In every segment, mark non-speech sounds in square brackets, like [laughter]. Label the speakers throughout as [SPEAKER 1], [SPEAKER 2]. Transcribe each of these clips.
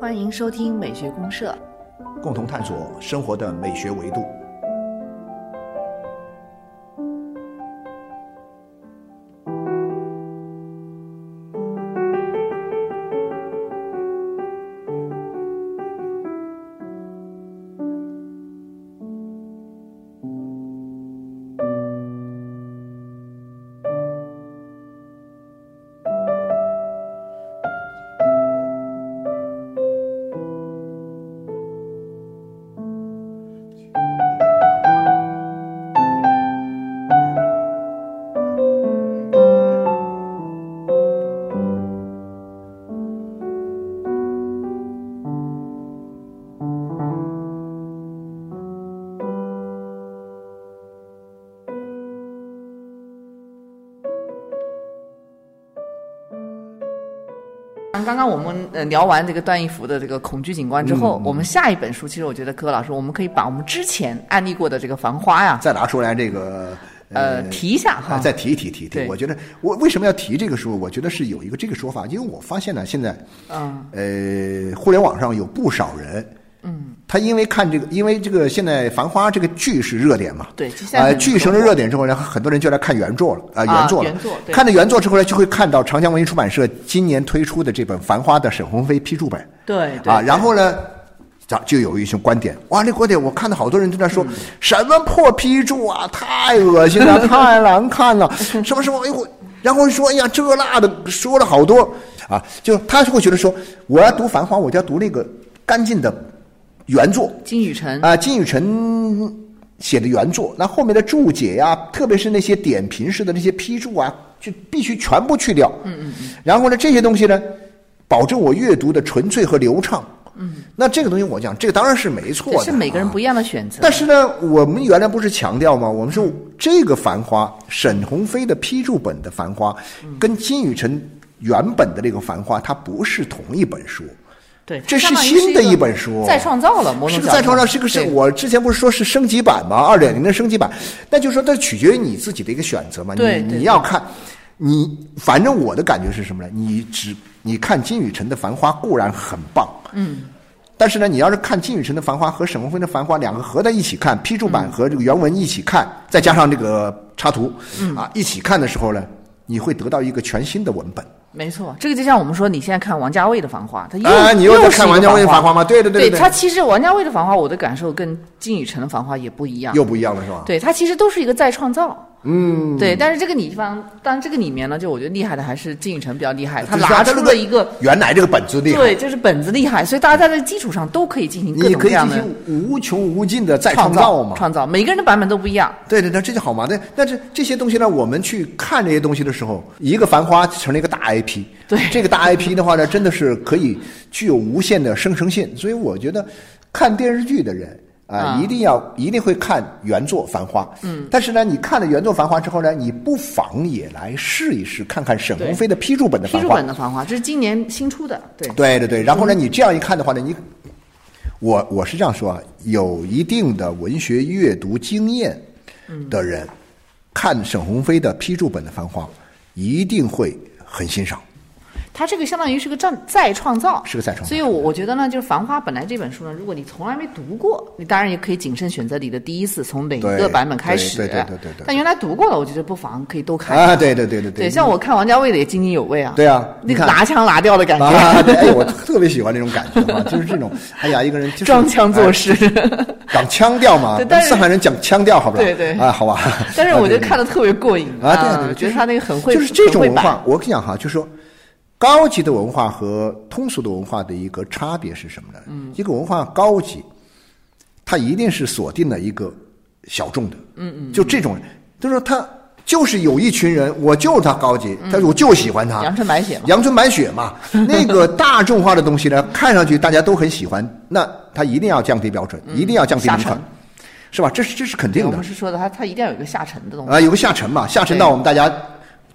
[SPEAKER 1] 欢迎收听美学公社，
[SPEAKER 2] 共同探索生活的美学维度。
[SPEAKER 1] 刚刚我们呃聊完这个段义孚的这个恐惧景观之后，
[SPEAKER 2] 嗯嗯
[SPEAKER 1] 我们下一本书，其实我觉得柯老师，我们可以把我们之前案例过的这个《繁花》呀，
[SPEAKER 2] 再拿出来这个
[SPEAKER 1] 呃，提一下哈。
[SPEAKER 2] 啊，再提一提提一提
[SPEAKER 1] 对。
[SPEAKER 2] 我觉得我为什么要提这个书？我觉得是有一个这个说法，因为我发现呢，现在
[SPEAKER 1] 嗯
[SPEAKER 2] 呃，互联网上有不少人，嗯，他因为看这个，因为这个现在《繁花》这个剧是热点嘛，
[SPEAKER 1] 对现在
[SPEAKER 2] 啊，
[SPEAKER 1] 很
[SPEAKER 2] 剧成了热点之后，然后很多人就来看原作了，啊，
[SPEAKER 1] 啊
[SPEAKER 2] 原作了，
[SPEAKER 1] 原作对
[SPEAKER 2] 看了原作之后呢，就会看到长江文艺出版社今年推出的这本《繁花》的沈鸿飞批注本，
[SPEAKER 1] 对对
[SPEAKER 2] 啊，
[SPEAKER 1] 对
[SPEAKER 2] 然后呢，咱就有一些观点，哇，那观点我看到好多人都在说、什么破批注啊，太恶心了，太难
[SPEAKER 1] [laughs]
[SPEAKER 2] 看了，什么什么，哎呦，我然后说哎呀这那的说了好多啊，就他就会觉得说我要读《繁花》，我就要读那个干净的原作，
[SPEAKER 1] 金宇澄，
[SPEAKER 2] 啊，金宇澄写的原作，那后面的注解呀、特别是那些点评式的那些批注啊，就必须全部去掉。嗯嗯嗯。然后呢，这些东西呢，保证我阅读的纯粹和流畅。嗯。那这个东西，我讲，这个当然是没错
[SPEAKER 1] 对
[SPEAKER 2] 的。
[SPEAKER 1] 是每个人
[SPEAKER 2] 啊
[SPEAKER 1] 不一样的嗯选择。
[SPEAKER 2] 但是呢，我们原来不是强调吗？我们说这个《繁花》，沈鸿飞的批注本的《繁花》，跟金宇澄原本的这个《繁花》，它不是同一本书。
[SPEAKER 1] 对，
[SPEAKER 2] 这是
[SPEAKER 1] 相当于
[SPEAKER 2] 新的
[SPEAKER 1] 一
[SPEAKER 2] 一
[SPEAKER 1] 个
[SPEAKER 2] 本书
[SPEAKER 1] 再创造了某种
[SPEAKER 2] 是
[SPEAKER 1] 角
[SPEAKER 2] 个
[SPEAKER 1] 度。
[SPEAKER 2] 再创造，是个是
[SPEAKER 1] 对
[SPEAKER 2] 我之前不是说是升级版吗？二点零的升级版，那就是说它取决于你自己的一个选择嘛。
[SPEAKER 1] 对
[SPEAKER 2] 你
[SPEAKER 1] 对
[SPEAKER 2] 你要看，你反正我的感觉是什么呢？你只你看金宇澄的《繁花》固然很棒，嗯，但是呢，你要是看金宇澄的《繁花》和沈鸿飞的《繁花》两个合在一起看，批注
[SPEAKER 1] 嗯
[SPEAKER 2] 版和这个原文一起看，再加上这个插图，嗯啊，一起看的时候呢，你会得到一个全新的文本。
[SPEAKER 1] 没错，这个就像我们说，你现在看王家卫的《繁花》，他又、
[SPEAKER 2] 啊，你又在
[SPEAKER 1] 又是
[SPEAKER 2] 看
[SPEAKER 1] 一个
[SPEAKER 2] 王家卫的《繁
[SPEAKER 1] 繁
[SPEAKER 2] 花》吗？对对
[SPEAKER 1] 对
[SPEAKER 2] 对
[SPEAKER 1] 他其实王家卫的《繁花》，我的感受跟金宇澄的《繁花》也不一样。
[SPEAKER 2] 又不一样了是吧？
[SPEAKER 1] 对，它其实都是一个再创造。嗯，对，但是这个地方，当然这个里面呢，就我觉得厉害的还是金宇澄比较厉害，他
[SPEAKER 2] 呃就是
[SPEAKER 1] 拿
[SPEAKER 2] 这
[SPEAKER 1] 出
[SPEAKER 2] 个
[SPEAKER 1] 了一个
[SPEAKER 2] 原来这个本子厉害。
[SPEAKER 1] 对，就是本子厉害，所以大家在这个基础上都可以进行各
[SPEAKER 2] 你
[SPEAKER 1] 种各
[SPEAKER 2] 可以进
[SPEAKER 1] 样的
[SPEAKER 2] 行无穷无尽的再
[SPEAKER 1] 创
[SPEAKER 2] 造
[SPEAKER 1] 造
[SPEAKER 2] 嘛。
[SPEAKER 1] 创造，每个人的版本都不一样。
[SPEAKER 2] 对对对，这就好嘛。那但是这些东西呢，我们去看这些东西的时候，一个《繁花》成了一个大 IP。
[SPEAKER 1] 对
[SPEAKER 2] 这个大 IP 的话呢，真的是可以具有无限的生成性。所以我觉得，看电视剧的人啊，
[SPEAKER 1] 啊
[SPEAKER 2] 一定要一定会看原作《繁花》。嗯。但是呢，你看了原作《繁花》之后呢，你不妨也来试一试，看看沈
[SPEAKER 1] 对
[SPEAKER 2] 鸿飞的批注本的《
[SPEAKER 1] 批
[SPEAKER 2] 繁
[SPEAKER 1] 注
[SPEAKER 2] 花》
[SPEAKER 1] 本。的《繁花》，这是今年新出的，对，
[SPEAKER 2] 对对对，然后呢，你这样一看的话呢，你我我是这样说啊，有一定的文学阅读经验的人，看沈鸿飞的批注本的《繁花》，一定会很欣赏。
[SPEAKER 1] 它这个相当于是个再再创造，
[SPEAKER 2] 是个再创造
[SPEAKER 1] 所以我我觉得呢，就是《繁花》本来这本书呢，如果你从来没读过，你当然也可以谨慎选择你的第一次，从哪一个
[SPEAKER 2] 对
[SPEAKER 1] 版本开始。啊
[SPEAKER 2] 对对对对对对
[SPEAKER 1] 但原来读过了，我觉得不妨可以都看一看。
[SPEAKER 2] 啊，对对对对
[SPEAKER 1] 对，像我看王家卫的也津津有味啊。
[SPEAKER 2] 对啊
[SPEAKER 1] 那
[SPEAKER 2] 你
[SPEAKER 1] 个
[SPEAKER 2] 看
[SPEAKER 1] 拿腔拿调的感觉，
[SPEAKER 2] 啊，对，哎，我特别喜欢这种感觉嘛， [laughs] 就是这种，哎呀，一个人就是
[SPEAKER 1] 装腔作势。
[SPEAKER 2] 哎讲腔调嘛
[SPEAKER 1] 对但，是
[SPEAKER 2] 上海人讲腔调，好不好？
[SPEAKER 1] 对对
[SPEAKER 2] 啊，好吧。
[SPEAKER 1] 但是
[SPEAKER 2] 啊
[SPEAKER 1] 我觉
[SPEAKER 2] 对
[SPEAKER 1] 得看的特别过瘾
[SPEAKER 2] 啊，对啊对啊，
[SPEAKER 1] 我
[SPEAKER 2] 就
[SPEAKER 1] 呃觉得
[SPEAKER 2] 是
[SPEAKER 1] 他那个很会，
[SPEAKER 2] 就是这
[SPEAKER 1] 很
[SPEAKER 2] 种文
[SPEAKER 1] 会摆
[SPEAKER 2] 化。我跟你讲哈，就是说，高级的文化和通俗的文化的一个差别是什么呢？嗯，一个文化高级，它一定是锁定了一个小众的，嗯嗯，就这种人，就是说他就是有一群人，我就是他高级，但是我就喜欢他，
[SPEAKER 1] 嗯阳春白雪嘛
[SPEAKER 2] 阳春白雪嘛， [laughs] 那个大众化的东西呢，看上去大家都很喜欢，那他一定要降低标准，一定要降低
[SPEAKER 1] 嗯下
[SPEAKER 2] 门槛
[SPEAKER 1] 沉，
[SPEAKER 2] 是吧？这是这是肯
[SPEAKER 1] 对
[SPEAKER 2] 定
[SPEAKER 1] 我
[SPEAKER 2] 的
[SPEAKER 1] 们是说的，他他一定要有一个下沉的东西。
[SPEAKER 2] 啊，有个下沉嘛，下沉
[SPEAKER 1] 对
[SPEAKER 2] 到我们大家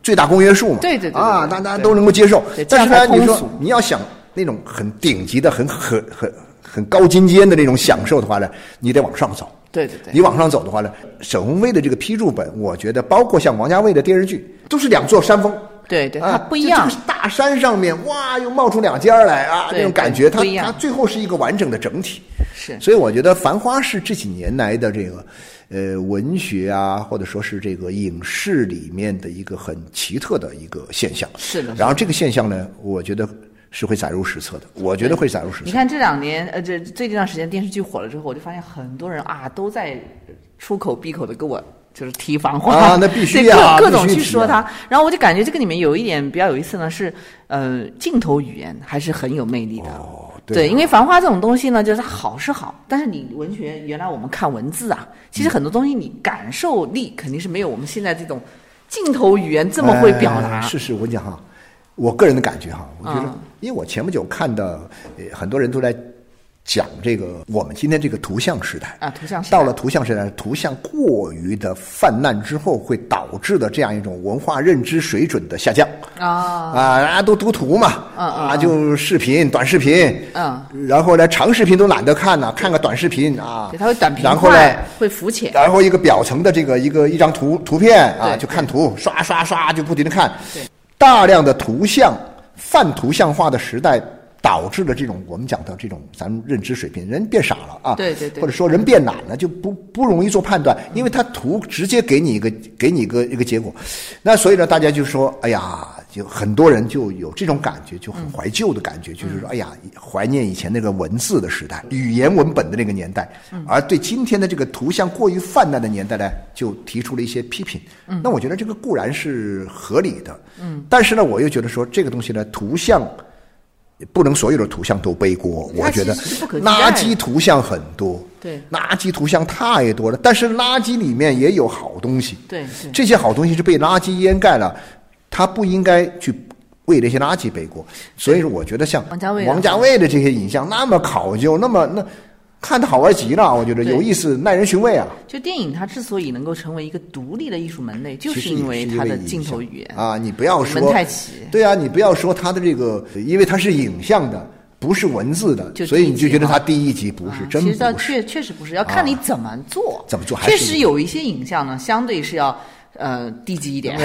[SPEAKER 2] 最大公约数嘛，
[SPEAKER 1] 对对对对
[SPEAKER 2] 啊，
[SPEAKER 1] 对
[SPEAKER 2] 大大家
[SPEAKER 1] 对
[SPEAKER 2] 都能够接受
[SPEAKER 1] 对。这
[SPEAKER 2] 但
[SPEAKER 1] 样
[SPEAKER 2] 是呢，
[SPEAKER 1] 才通
[SPEAKER 2] 你说
[SPEAKER 1] 俗
[SPEAKER 2] 你要想那种很顶级的、很很很很高精尖的那种享受的话呢，你得往上走。
[SPEAKER 1] 对对对
[SPEAKER 2] 你。往上走的话呢，沈鸿飞的这个批注本，我觉得包括像王家卫的电视剧，都是两座山峰，
[SPEAKER 1] 对对，它
[SPEAKER 2] 啊，
[SPEAKER 1] 不一
[SPEAKER 2] 就
[SPEAKER 1] 样
[SPEAKER 2] 这。个大山上面，哇，又冒出两尖儿来啊，
[SPEAKER 1] 对
[SPEAKER 2] 那种感觉，它
[SPEAKER 1] 不一样
[SPEAKER 2] 它最后是一个完整的整体。
[SPEAKER 1] 是
[SPEAKER 2] 所以我觉得《繁花》是这几年来的这个，呃，文学啊，或者说是这个影视里面的一个很奇特的一个现象。
[SPEAKER 1] 是的，
[SPEAKER 2] 然后这个现象呢，我觉得是会载入史册的，我觉得会载入史
[SPEAKER 1] 你
[SPEAKER 2] 册。
[SPEAKER 1] 看这两年，呃，这最近段时间电视剧火了之后，我就发现很多人啊都在出口闭口的跟我就是提防华
[SPEAKER 2] 啊那必须呀
[SPEAKER 1] 各各种
[SPEAKER 2] 必须
[SPEAKER 1] 去
[SPEAKER 2] 提
[SPEAKER 1] 说
[SPEAKER 2] 啊
[SPEAKER 1] 它。然后我就感觉这个里面有一点比较有意思呢，是呃镜头语言还是很有魅力的。
[SPEAKER 2] 哦，
[SPEAKER 1] 对，因为繁花这种东西呢，就是它好是好，但是你文学原来我们看文字啊，其实很多东西你感受力肯定是没有我们现在这种镜头语言这么会表达。
[SPEAKER 2] 呃是是，我跟你讲哈，我个人的感觉哈，我觉得
[SPEAKER 1] 嗯，
[SPEAKER 2] 因为我前不久看的，呃，很多人都在讲这个我们今天这个图像时代
[SPEAKER 1] 啊图像时代
[SPEAKER 2] 到了图像时代，图像过于的泛滥之后，会导致的这样一种文化认知水准的下降。
[SPEAKER 1] 啊，
[SPEAKER 2] 啊，大家都读图嘛，
[SPEAKER 1] 嗯嗯
[SPEAKER 2] 啊，
[SPEAKER 1] 嗯
[SPEAKER 2] 就视频、短视频，
[SPEAKER 1] 嗯，
[SPEAKER 2] 然后呢，长视频都懒得看呢、看个短视频啊
[SPEAKER 1] 对，，它会短平
[SPEAKER 2] 然后
[SPEAKER 1] 快
[SPEAKER 2] 呢，
[SPEAKER 1] 会浮浅。
[SPEAKER 2] 然后一个表层的这个一个一张图图片啊，
[SPEAKER 1] 对
[SPEAKER 2] 就看图，刷刷刷就不停的看
[SPEAKER 1] 对，
[SPEAKER 2] 大量的图像泛图像化的时代。导致了这种我们讲的这种咱们认知水平，人变傻了啊，
[SPEAKER 1] 对对对
[SPEAKER 2] 或者说人变懒了，就不不容易做判断，因为他图直接给你一个给你一个一个结果，那所以呢，大家就说，哎呀，就很多人就有这种感觉，就很怀旧的感觉，就是说，哎呀，怀念以前那个文字的时代，语言文本的那个年代，而对今天的这个图像过于泛滥的年代呢，就提出了一些批评。
[SPEAKER 1] 嗯
[SPEAKER 2] 那我觉得这个固然是合理的，嗯，但是呢，我又觉得说这个东西呢，图像。不能所有的图像都背锅，
[SPEAKER 1] 它
[SPEAKER 2] 我觉得
[SPEAKER 1] 其实是不可替代的
[SPEAKER 2] 垃圾图像很多，
[SPEAKER 1] 对
[SPEAKER 2] 垃圾图像太多了，但是垃圾里面也有好东西，
[SPEAKER 1] 对对
[SPEAKER 2] 这些好东西是被垃圾掩盖了，他不应该去为这些垃圾背锅。所以说，我觉得像
[SPEAKER 1] 王家卫的
[SPEAKER 2] 王家卫的这些影像那么考究，那么那看的好玩极了，我觉得
[SPEAKER 1] 对
[SPEAKER 2] 有意思，耐人寻味啊。
[SPEAKER 1] 就电影它之所以能够成为一个独立的艺术门类，就
[SPEAKER 2] 其
[SPEAKER 1] 是
[SPEAKER 2] 实也
[SPEAKER 1] 因为
[SPEAKER 2] 是因
[SPEAKER 1] 它的
[SPEAKER 2] 影
[SPEAKER 1] 镜头
[SPEAKER 2] 像
[SPEAKER 1] 语言。
[SPEAKER 2] 啊，你不要
[SPEAKER 1] 门
[SPEAKER 2] 说
[SPEAKER 1] 太奇
[SPEAKER 2] 对啊，你不要说它的这个，因为它是影像的，不是文字的，
[SPEAKER 1] 就
[SPEAKER 2] 所以
[SPEAKER 1] 第一
[SPEAKER 2] 你就
[SPEAKER 1] 集
[SPEAKER 2] 觉得
[SPEAKER 1] 哈
[SPEAKER 2] 它第一集不是，
[SPEAKER 1] 啊
[SPEAKER 2] 真
[SPEAKER 1] 其实要
[SPEAKER 2] 不是。啊
[SPEAKER 1] 确确实不是，要看你怎么做，
[SPEAKER 2] 怎么做还
[SPEAKER 1] 确
[SPEAKER 2] 是
[SPEAKER 1] 实有一些影像呢，相对是要呃低级一
[SPEAKER 2] [laughs]
[SPEAKER 1] 点。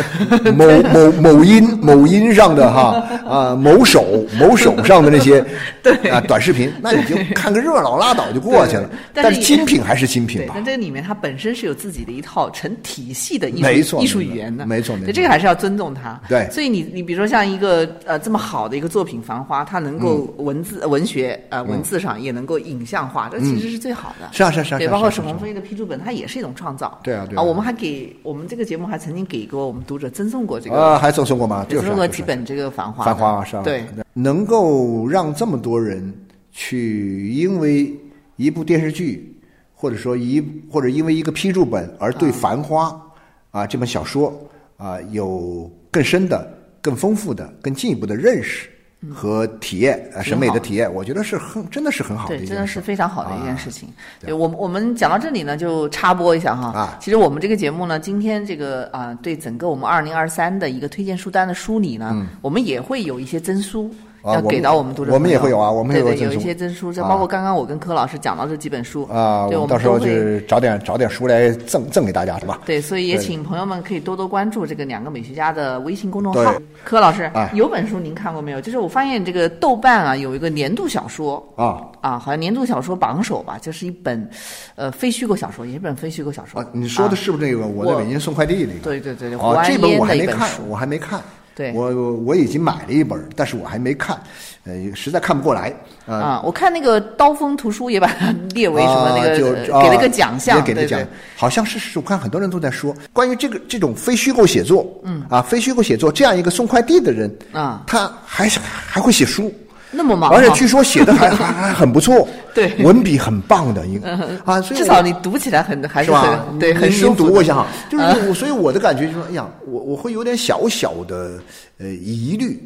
[SPEAKER 2] 某某某音某音上的哈啊某手某手上的那
[SPEAKER 1] [laughs]
[SPEAKER 2] 些对啊短视频，那你就看个热闹拉倒就过去了
[SPEAKER 1] 对。但是
[SPEAKER 2] 但是精品还是精品
[SPEAKER 1] 对，
[SPEAKER 2] 吧
[SPEAKER 1] 但，这个里面它本身是有自己的一套成体系的艺术
[SPEAKER 2] 没错
[SPEAKER 1] 艺术
[SPEAKER 2] 没错
[SPEAKER 1] 语言的，
[SPEAKER 2] 没错没
[SPEAKER 1] 对
[SPEAKER 2] 错
[SPEAKER 1] 这个还是要尊重它。
[SPEAKER 2] 对
[SPEAKER 1] 所以你你比如说像一个呃这么好的一个作品《繁花》，它能够
[SPEAKER 2] 嗯
[SPEAKER 1] 文字、文学呃文字上也能够影像化，这其实是最好的。
[SPEAKER 2] 是啊是啊是啊
[SPEAKER 1] 对，
[SPEAKER 2] 是啊
[SPEAKER 1] 包括
[SPEAKER 2] 是啊
[SPEAKER 1] 沈
[SPEAKER 2] 是啊
[SPEAKER 1] 鸿飞的批注本，它也是一种创造。
[SPEAKER 2] 对啊对啊
[SPEAKER 1] 啊，我们还给我们这个节目还曾经给过我们读者赠送过这个
[SPEAKER 2] 啊还赠送过吗？就
[SPEAKER 1] 赠
[SPEAKER 2] 是
[SPEAKER 1] 送
[SPEAKER 2] 啊
[SPEAKER 1] 过
[SPEAKER 2] 就是
[SPEAKER 1] 几
[SPEAKER 2] 啊
[SPEAKER 1] 本这个《繁花》的。
[SPEAKER 2] 繁花是吧？啊
[SPEAKER 1] 对，
[SPEAKER 2] 能够让这么多人去因为一部电视剧，或者说一或者因为一个批注本而对《繁花》啊这本小说啊有更深的、更丰富的、更进一步的认识和体验，呃审
[SPEAKER 1] 嗯
[SPEAKER 2] 美
[SPEAKER 1] 好
[SPEAKER 2] 的体验，我觉得是很真的是很好的
[SPEAKER 1] 对，
[SPEAKER 2] 一
[SPEAKER 1] 真
[SPEAKER 2] 件
[SPEAKER 1] 的
[SPEAKER 2] 事
[SPEAKER 1] 是
[SPEAKER 2] 儿。
[SPEAKER 1] 非常好的一件
[SPEAKER 2] 啊
[SPEAKER 1] 事情。对我们我们讲到这里呢，就插播一下哈。
[SPEAKER 2] 啊
[SPEAKER 1] 其实我们这个节目呢，今天这个啊、对整个我们二零二三的一个推荐书单的梳理呢，我们也会有一些增书。
[SPEAKER 2] 嗯啊
[SPEAKER 1] 要
[SPEAKER 2] 我
[SPEAKER 1] 给
[SPEAKER 2] 们
[SPEAKER 1] 到我们读者朋友，
[SPEAKER 2] 我们也会有啊我们也
[SPEAKER 1] 对
[SPEAKER 2] 会有
[SPEAKER 1] 对有
[SPEAKER 2] 赠
[SPEAKER 1] 一
[SPEAKER 2] 书
[SPEAKER 1] 些增书，这
[SPEAKER 2] 啊
[SPEAKER 1] 包括刚刚我跟柯老师讲到这几本书
[SPEAKER 2] 啊，
[SPEAKER 1] 对，
[SPEAKER 2] 我
[SPEAKER 1] 我
[SPEAKER 2] 们到时候
[SPEAKER 1] 都会
[SPEAKER 2] 就是找点找点书来赠赠给大家，是吧？
[SPEAKER 1] 对，所以也
[SPEAKER 2] 对
[SPEAKER 1] 请朋友们可以多多关注这个两个美学家的微信公众号
[SPEAKER 2] 对。
[SPEAKER 1] 柯老师
[SPEAKER 2] 哎，
[SPEAKER 1] 有本书您看过没有？就是我发现这个豆瓣啊有一个年度小说，
[SPEAKER 2] 啊
[SPEAKER 1] 啊，好像年度小说榜首吧，就是一本，呃，非虚构小说，也是本非虚构小说。
[SPEAKER 2] 啊，你说的
[SPEAKER 1] 啊
[SPEAKER 2] 是不是那个我在
[SPEAKER 1] 我
[SPEAKER 2] 北京送快递那个？
[SPEAKER 1] 对对对对胡
[SPEAKER 2] 哦，
[SPEAKER 1] 安
[SPEAKER 2] 这本我
[SPEAKER 1] 烟
[SPEAKER 2] 还
[SPEAKER 1] 的一
[SPEAKER 2] 没
[SPEAKER 1] 本
[SPEAKER 2] 看
[SPEAKER 1] 书，
[SPEAKER 2] 我还没看。
[SPEAKER 1] 对
[SPEAKER 2] 我我我已经买了一本，但是我还没看，呃，实在看不过来。呃
[SPEAKER 1] 啊，我看那个刀锋图书也把它列为什么那
[SPEAKER 2] 啊
[SPEAKER 1] 个
[SPEAKER 2] 就
[SPEAKER 1] 呃给了
[SPEAKER 2] 啊
[SPEAKER 1] 个奖项，
[SPEAKER 2] 也给了
[SPEAKER 1] 对
[SPEAKER 2] 奖
[SPEAKER 1] 对，
[SPEAKER 2] 好像是是，我看很多人都在说关于这个这种非虚构写作，嗯啊，非虚构写作这样一个送快递的人
[SPEAKER 1] 啊
[SPEAKER 2] 他还还会写书。
[SPEAKER 1] 那么忙哈，
[SPEAKER 2] 而且据说写的还还还很不错，
[SPEAKER 1] [laughs] 对嗯
[SPEAKER 2] 文笔很棒的一个啊，所以
[SPEAKER 1] 至
[SPEAKER 2] 我
[SPEAKER 1] 少你读起来很还
[SPEAKER 2] 是
[SPEAKER 1] 是
[SPEAKER 2] 吧？
[SPEAKER 1] 很对
[SPEAKER 2] 您
[SPEAKER 1] 很舒
[SPEAKER 2] 您
[SPEAKER 1] 服
[SPEAKER 2] 读
[SPEAKER 1] 的。
[SPEAKER 2] 过一下哈，就是
[SPEAKER 1] 啊
[SPEAKER 2] 我，所以我的感觉就是，哎呀，我我会有点小小的呃疑虑。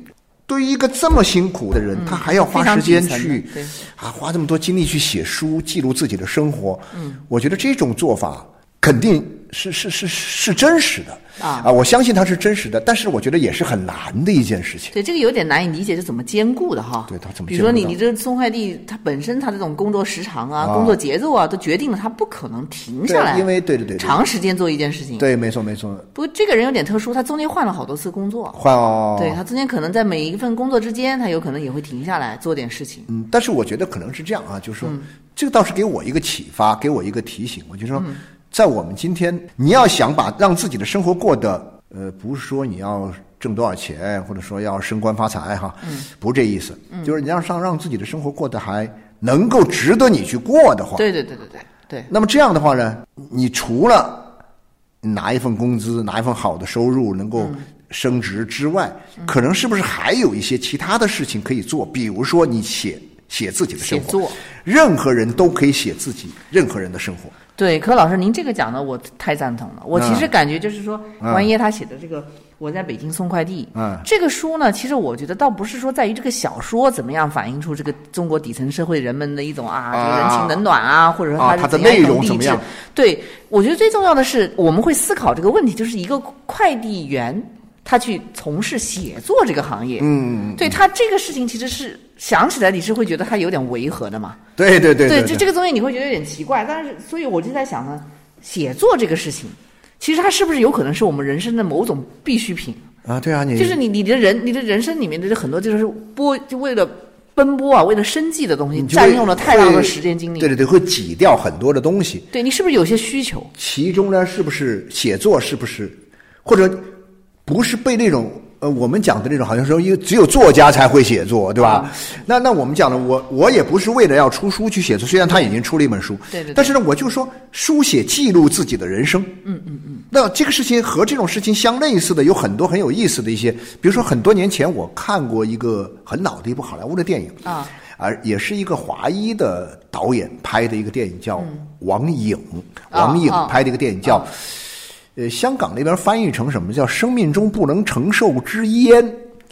[SPEAKER 2] 对于一个这么辛苦的人，他还要花时间
[SPEAKER 1] 嗯非常底层的
[SPEAKER 2] 去
[SPEAKER 1] 对
[SPEAKER 2] 啊，花这么多精力去写书，记录自己的生活，嗯，我觉得这种做法肯定是是是是真实的
[SPEAKER 1] 啊
[SPEAKER 2] 我相信它是真实的，但是我觉得也是很难的一件事情。
[SPEAKER 1] 对，这个有点难以理解，是怎么兼顾的哈？
[SPEAKER 2] 对它怎么
[SPEAKER 1] 比如说
[SPEAKER 2] 兼顾
[SPEAKER 1] 你
[SPEAKER 2] 到
[SPEAKER 1] 你这个送快递，它本身它这种工作时长啊、
[SPEAKER 2] 啊
[SPEAKER 1] 工作节奏啊，都决定了它不可能停下来，
[SPEAKER 2] 对因为对对对对
[SPEAKER 1] 长时间做一件事情。，
[SPEAKER 2] 对，没错没错，
[SPEAKER 1] 不过这个人有点特殊，他中间换了好多次工作，
[SPEAKER 2] 换哦。
[SPEAKER 1] 对他中间可能在每一份工作之间，他有可能也会停下来做点事情。
[SPEAKER 2] 嗯，但是我觉得可能是这样啊，就是说，这个倒是给我一个启发，给我一个提醒。我就说，在我们今天，你要想把让自己的生活过得，呃，不是说你要挣多少钱，或者说要升官发财哈，不是这意思，就是你要让让自己的生活过得还能够值得你去过的话，
[SPEAKER 1] 对对对对对对，
[SPEAKER 2] 那么这样的话呢，你除了拿一份工资、拿一份好的收入能
[SPEAKER 1] 嗯
[SPEAKER 2] 够升职之外，可能是不是还有一些其他的事情可以做？比如说你写写自己的生
[SPEAKER 1] 写
[SPEAKER 2] 活，
[SPEAKER 1] 作。
[SPEAKER 2] 任何人都可以写自己任何人的生活。
[SPEAKER 1] 对，柯老师，您这个讲的我太赞同了。我其实
[SPEAKER 2] 嗯
[SPEAKER 1] 感觉就是说，
[SPEAKER 2] 嗯
[SPEAKER 1] 王爷他写的这个《我在北京送快递》
[SPEAKER 2] 嗯
[SPEAKER 1] 这个书呢，其实我觉得倒不是说在于这个小说怎么样反映出这个中国底层社会人们的一种啊，这个人情冷暖啊，或者说
[SPEAKER 2] 啊
[SPEAKER 1] 是
[SPEAKER 2] 它的
[SPEAKER 1] 怎样一
[SPEAKER 2] 内
[SPEAKER 1] 种
[SPEAKER 2] 容
[SPEAKER 1] 励
[SPEAKER 2] 怎么
[SPEAKER 1] 志
[SPEAKER 2] 样
[SPEAKER 1] 对，我觉得最重要的是我们会思考这个问题，就是一个快递员他去从事写作这个行业，
[SPEAKER 2] 嗯，
[SPEAKER 1] 对他这个事情其实是想起来你是会觉得他有点违和的嘛。
[SPEAKER 2] 对对对
[SPEAKER 1] 就
[SPEAKER 2] 对
[SPEAKER 1] 这个东西你会觉得有点奇怪，但是所以我就在想呢，写作这个事情，其实它是不是有可能是我们人生的某种必需品？
[SPEAKER 2] 啊，对啊，你
[SPEAKER 1] 就是你你的人你的人生里面的这很多就是波就为了奔波啊，为了生计的东西，
[SPEAKER 2] 你就会
[SPEAKER 1] 占用了太大的
[SPEAKER 2] 会
[SPEAKER 1] 时间精力。
[SPEAKER 2] 对对对，会挤掉很多的东西。
[SPEAKER 1] 对你是不是有些需求？
[SPEAKER 2] 其中呢，是不是写作是不是，或者不是被那种呃我们讲的那种，好像说因为只有作家才会写作，对吧？
[SPEAKER 1] 啊
[SPEAKER 2] 那那我们讲的，我我也不是为了要出书去写作，虽然他已经出了一本书，
[SPEAKER 1] 对对对
[SPEAKER 2] 但是呢，我就说书写记录自己的人生，嗯嗯嗯。那这个事情和这种事情相类似的有很多很有意思的一些，比如说很多年前我看过一个很老的一部好莱坞的电影
[SPEAKER 1] 啊，
[SPEAKER 2] 而也是一个华裔的导演拍的一个电影叫《王影》，
[SPEAKER 1] 啊
[SPEAKER 2] 王影
[SPEAKER 1] 啊
[SPEAKER 2] 拍的一个电影叫。呃，香港那边翻译成什么叫“生命中不能承受之烟”，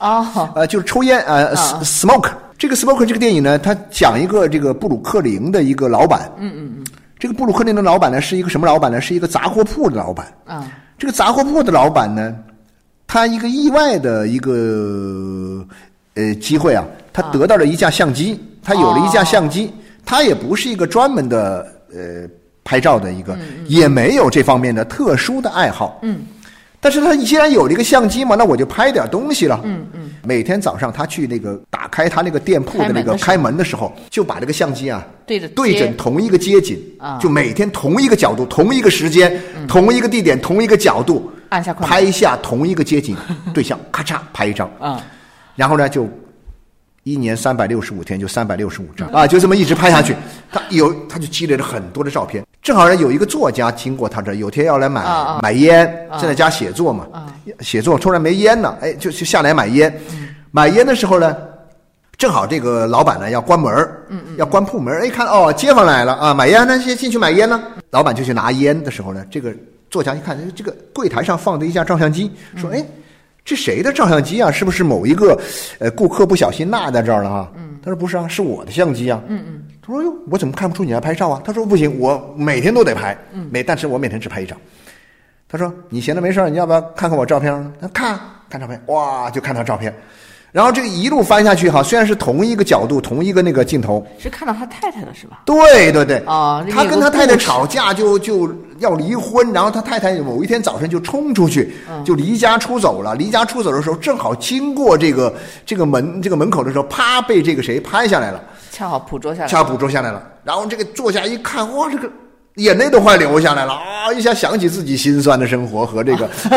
[SPEAKER 1] 哦，
[SPEAKER 2] 呃，就是抽烟，呃、
[SPEAKER 1] 啊
[SPEAKER 2] s m o k e 这个 smoke 这个电影呢，它讲一个这个布鲁克林的一个老板，嗯嗯嗯，这个布鲁克林的老板呢是一个什么老板呢？是一个杂货铺的老板。
[SPEAKER 1] 啊
[SPEAKER 2] 这个杂货铺的老板呢，他一个意外的一个呃机会啊，他得到了一架相机，他有了一架相机，他也不是一个专门的呃拍照的一个，也没有这方面的特殊的爱好，嗯。但是他既然有了一个相机嘛，那我就拍点东西了。嗯嗯。每天早上他去那个打开他那个店铺的那个
[SPEAKER 1] 开
[SPEAKER 2] 开门的时候，就把这个相机啊
[SPEAKER 1] 对着
[SPEAKER 2] 对
[SPEAKER 1] 街
[SPEAKER 2] 准同一个街景
[SPEAKER 1] 啊
[SPEAKER 2] 就每天同一个角度、同一个时间、
[SPEAKER 1] 嗯
[SPEAKER 2] 同一个地点、同一个角度
[SPEAKER 1] 按下快门
[SPEAKER 2] 拍下同一个街
[SPEAKER 1] [laughs]
[SPEAKER 2] 景对象，咔嚓拍一张，
[SPEAKER 1] 啊，
[SPEAKER 2] 然后呢就一年三百六十五天就三百六十五张
[SPEAKER 1] 嗯
[SPEAKER 2] 啊，就这么一直拍下去，他有他就积累了很多的照片。正好呢有一个作家经过他这儿，有天要来买
[SPEAKER 1] 啊啊
[SPEAKER 2] 买烟，正在家写作嘛，写作突然没烟了，哎，就就下来买烟。
[SPEAKER 1] 嗯
[SPEAKER 2] 买烟的时候呢，正好这个老板呢要关门儿，要关铺门儿，哎，看哦，街坊来了啊，买烟，那先进去买烟呢。老板就去拿烟的时候呢，这个作家一看，哎这个柜台上放的一架照相机，说，哎，这谁的照相机啊？是不是某一个呃顾客不小心落在这儿了啊？他说不是啊，是我的相机啊。嗯嗯。他说哟，我怎么看不出你来拍照啊？他说不行，我每天都得拍，
[SPEAKER 1] 嗯
[SPEAKER 2] 每但是我每天只拍一张。他说：“你闲着没事儿，你要不要看看我照片儿？”他看啊看照片，哇，就看他照片。然后这个一路翻下去哈，虽然是同一个角度、同一个那个镜头，
[SPEAKER 1] 是看到他太太了是吧？
[SPEAKER 2] 对对对，
[SPEAKER 1] 哦那
[SPEAKER 2] 他
[SPEAKER 1] 有
[SPEAKER 2] 跟
[SPEAKER 1] 个
[SPEAKER 2] 他太太
[SPEAKER 1] 故事
[SPEAKER 2] 吵架就就要离婚，然后他太太某一天早晨就冲出去，
[SPEAKER 1] 嗯
[SPEAKER 2] 就离家出走了。离家出走的时候，正好经过这个这个门这个门口的时候，啪被这个谁拍下来了。
[SPEAKER 1] 恰好捕捉下来，
[SPEAKER 2] 恰捕捉下来了。然后这个作家一看，哇，这个眼泪都快流下来了啊！一下想起自己心酸的生活
[SPEAKER 1] [laughs]
[SPEAKER 2] 和这个， [laughs]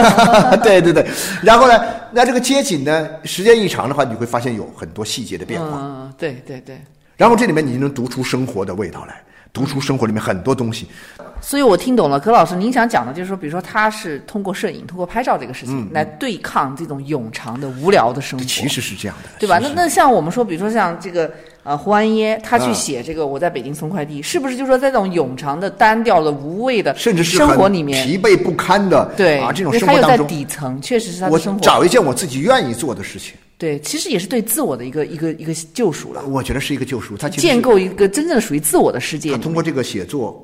[SPEAKER 2] 对对对。然后呢，那这个街景呢，时间一长的话，你会发现有很多细节的变化。
[SPEAKER 1] 嗯，对对对。
[SPEAKER 2] 然后这里面你就能读出生活的味道来，读出生活里面很多东西。
[SPEAKER 1] 嗯所以我听懂了，葛老师，您想讲的就是说，比如说他是通过摄影、通过拍照这个事情来对抗这种冗长的无聊的生活，
[SPEAKER 2] 嗯其实是这样的，
[SPEAKER 1] 对吧？
[SPEAKER 2] 其
[SPEAKER 1] 那
[SPEAKER 2] 实
[SPEAKER 1] 那像我们说，比如说像这个呃胡安耶，他去
[SPEAKER 2] 嗯
[SPEAKER 1] 写这个我在北京送快递，是不是就说在这种冗长的、单调的、无味的
[SPEAKER 2] 甚至是
[SPEAKER 1] 生活
[SPEAKER 2] 很
[SPEAKER 1] 里面，
[SPEAKER 2] 疲惫不堪的，
[SPEAKER 1] 对
[SPEAKER 2] 啊，这种
[SPEAKER 1] 因为
[SPEAKER 2] 生
[SPEAKER 1] 他
[SPEAKER 2] 活
[SPEAKER 1] 又
[SPEAKER 2] 当
[SPEAKER 1] 在
[SPEAKER 2] 中，
[SPEAKER 1] 底层，确实是他
[SPEAKER 2] 我
[SPEAKER 1] 的生活，
[SPEAKER 2] 找一件我自己愿意做的事情，
[SPEAKER 1] 对，其实也是对自我的一个一个一个救赎了，
[SPEAKER 2] 我觉得是一个救赎。它其实是
[SPEAKER 1] 建构一个真正属于自我的世界
[SPEAKER 2] 他。通过这个写作，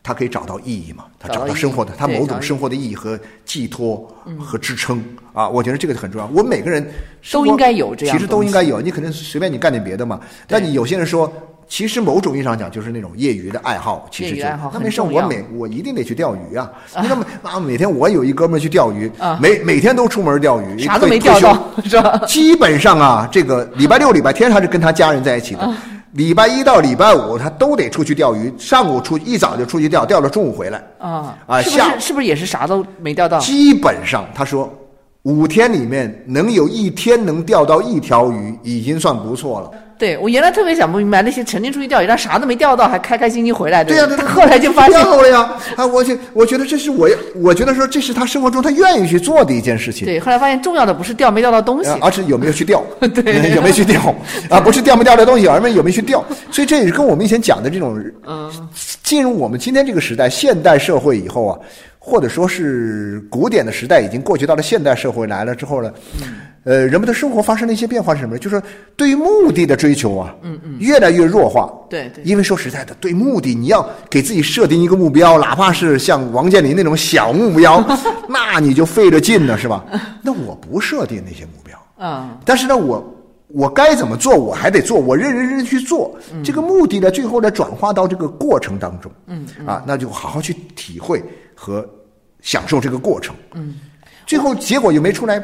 [SPEAKER 2] 他可以找到意义嘛，他
[SPEAKER 1] 找
[SPEAKER 2] 找
[SPEAKER 1] 到
[SPEAKER 2] 到
[SPEAKER 1] 意义
[SPEAKER 2] 生活的，他
[SPEAKER 1] 对
[SPEAKER 2] 某
[SPEAKER 1] 找到
[SPEAKER 2] 种
[SPEAKER 1] 意义嗯
[SPEAKER 2] 生活的意义和寄托和支撑啊，我觉得这个很重要。我们每个人生活
[SPEAKER 1] 应该有这样
[SPEAKER 2] 其实都
[SPEAKER 1] 东
[SPEAKER 2] 应该有，你可能随便你干点别的嘛。但你有些人说，其实某种意义上讲，就是那种业余的爱好，其
[SPEAKER 1] 业
[SPEAKER 2] 实
[SPEAKER 1] 余
[SPEAKER 2] 就
[SPEAKER 1] 爱好
[SPEAKER 2] 那
[SPEAKER 1] 很
[SPEAKER 2] 没事，
[SPEAKER 1] 重
[SPEAKER 2] 我
[SPEAKER 1] 要
[SPEAKER 2] 每我一定得去钓
[SPEAKER 1] [laughs]
[SPEAKER 2] 鱼啊，那么啊，每天我有一哥们儿去钓鱼
[SPEAKER 1] 啊，
[SPEAKER 2] 每每天都出门钓鱼，
[SPEAKER 1] 啥都
[SPEAKER 2] 退
[SPEAKER 1] 没钓
[SPEAKER 2] 退休
[SPEAKER 1] 到，是吧？
[SPEAKER 2] 基本上啊，这个礼拜六、礼拜天他是跟他家人在一起的，礼拜一到礼拜五他都得出去钓鱼，上午出一早就出去钓，钓到中午回来。
[SPEAKER 1] 啊
[SPEAKER 2] 啊
[SPEAKER 1] 是不
[SPEAKER 2] 下
[SPEAKER 1] 是是不是也是啥都没钓到？
[SPEAKER 2] 基本上他说，五天里面能有一天能钓到一条鱼，已经算不错了。
[SPEAKER 1] 对我原来特别想不明白，那些成天出去钓鱼，但啥都没钓到，还开开心心回来的
[SPEAKER 2] 对
[SPEAKER 1] 人。
[SPEAKER 2] 呀、对
[SPEAKER 1] [laughs]
[SPEAKER 2] 呀
[SPEAKER 1] 后来就发现，
[SPEAKER 2] 钓了呀。啊，我觉我觉得这是我，我觉得说这是他生活中他愿意去做的一件事情。
[SPEAKER 1] 对，后来发现重要的不是钓没钓到东西
[SPEAKER 2] 呃，而是有没有去钓，对， [laughs] 有没有去钓啊？不是钓没钓的东西，而是有没有去钓。所以这也是跟我们以前讲的这种，嗯，进入我们今天这个时代，现代社会以后啊，或者说是古典的时代已经过去到了现代社会来了之后呢，呃，人们的生活发生了一些变化是什么呢？就是对于目的的追求啊，嗯嗯，越来越弱化。
[SPEAKER 1] 对对
[SPEAKER 2] 因为说实在的，对目的，你要给自己设定一个目标，哪怕是像王健林那种小目 [laughs] 标，那你就费了劲了，是吧？那我不设定那些目标，
[SPEAKER 1] 啊，
[SPEAKER 2] 但是呢，我我该怎么做，我还得做，我认认真真去做。这个目的呢，最后呢，转化到这个过程当中。嗯，啊，那就好好去体会和享受这个过程。嗯，最后结果有没出来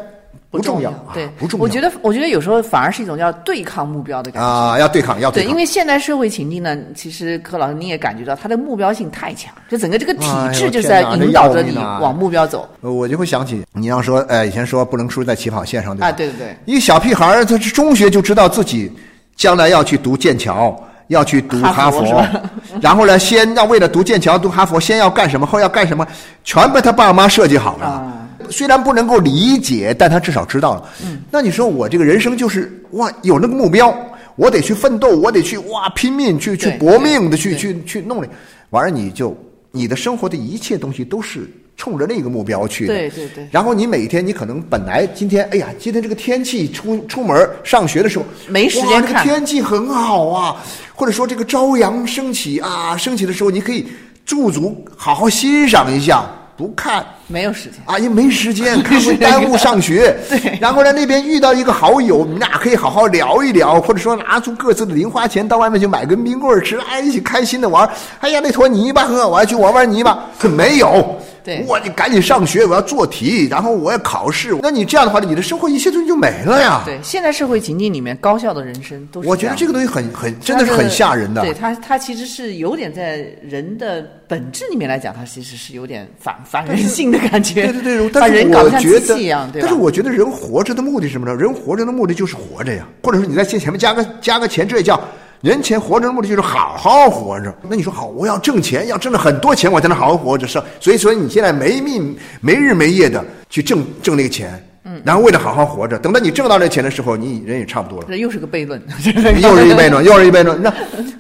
[SPEAKER 2] 不重要，啊
[SPEAKER 1] 对，
[SPEAKER 2] 不重要。
[SPEAKER 1] 我觉得，我觉得有时候反而是一种叫对抗目标的感觉。
[SPEAKER 2] 啊，要对抗，要
[SPEAKER 1] 对，
[SPEAKER 2] 抗
[SPEAKER 1] 因。为现代社会情境呢，其实柯老师你也感觉到它的目标性太强，就整个这个体
[SPEAKER 2] 哎
[SPEAKER 1] 制
[SPEAKER 2] 呦
[SPEAKER 1] 就是在
[SPEAKER 2] 天哪
[SPEAKER 1] 引
[SPEAKER 2] 这
[SPEAKER 1] 导
[SPEAKER 2] 要
[SPEAKER 1] 着
[SPEAKER 2] 命
[SPEAKER 1] 你
[SPEAKER 2] 啊
[SPEAKER 1] 往目标走
[SPEAKER 2] 呃我就会想起你要说，呃，以前说不能输在起跑线上，对吧？
[SPEAKER 1] 啊！对对对，
[SPEAKER 2] 一小屁孩儿，他是中学就知道自己将来要去读剑桥，要去读哈
[SPEAKER 1] 哈佛
[SPEAKER 2] 佛，
[SPEAKER 1] 是吧
[SPEAKER 2] [laughs] 然后呢，先要为了读剑桥、读哈佛，先要干什么，后要干什么，全被他爸妈设计好了。
[SPEAKER 1] 啊
[SPEAKER 2] 虽然不能够理解，但他至少知道了。嗯，那你说我这个人生就是哇，有那个目标，我得去奋斗，我得去哇拼命去去
[SPEAKER 1] 对
[SPEAKER 2] 搏命的去
[SPEAKER 1] 对
[SPEAKER 2] 去去弄了，完了你就你的生活的一切东西都是冲着那个目标去的。
[SPEAKER 1] 对对对
[SPEAKER 2] 然后你每天，你可能本来今天，哎呀，今天这个天气出出门儿上学的时候
[SPEAKER 1] 没时
[SPEAKER 2] 哇
[SPEAKER 1] 间
[SPEAKER 2] 这个
[SPEAKER 1] 看
[SPEAKER 2] 天气很好啊，或者说这个朝阳升起啊，升起的时候你可以驻足好好欣赏一下，不看。
[SPEAKER 1] 没有时间。
[SPEAKER 2] 啊，因为没
[SPEAKER 1] [laughs]
[SPEAKER 2] 时间，看会耽误上学。
[SPEAKER 1] 对
[SPEAKER 2] 然后呢，那边遇到一个好友，你们俩可以好好聊一聊，或者说拿出各自的零花钱到外面去买根冰棍儿吃，哎，一起开心的玩儿。哎呀，那坨泥巴很好玩，去玩玩
[SPEAKER 1] [laughs]
[SPEAKER 2] 泥巴。可没有，
[SPEAKER 1] 对
[SPEAKER 2] 我你赶紧上学，我要做题，然后我要考试。那你这样的话，你的生活一切东西就没了呀。
[SPEAKER 1] 对，现代社会情境里面，高效的人生都是
[SPEAKER 2] 我觉得
[SPEAKER 1] 样
[SPEAKER 2] 这个东西很很真的是很吓人的。
[SPEAKER 1] 对它，它其实是有点在人的本质里面来讲，它其实是有点反反人性的感觉。
[SPEAKER 2] 对对对，
[SPEAKER 1] [laughs] 把
[SPEAKER 2] 但是
[SPEAKER 1] 人搞
[SPEAKER 2] 我
[SPEAKER 1] 得像
[SPEAKER 2] 觉
[SPEAKER 1] 机
[SPEAKER 2] 得
[SPEAKER 1] 器一样，对吧？
[SPEAKER 2] 但是我觉得人活着的目的是什么呢？人活着的目的就是活着呀，或者说你在前前面加个加个前缀叫人前活着的目的就是好好活着。那你说好，我要挣钱，要挣了很多钱，我才能好好活着。是，所以所以你现在没命没日没夜的去挣挣那个钱，嗯，然后为了好好活着，等到你挣到那钱的时候，你人也差不多了。
[SPEAKER 1] 这又是个悖论，
[SPEAKER 2] [laughs] 又是一悖论，又是一悖
[SPEAKER 1] [laughs]
[SPEAKER 2] 论。那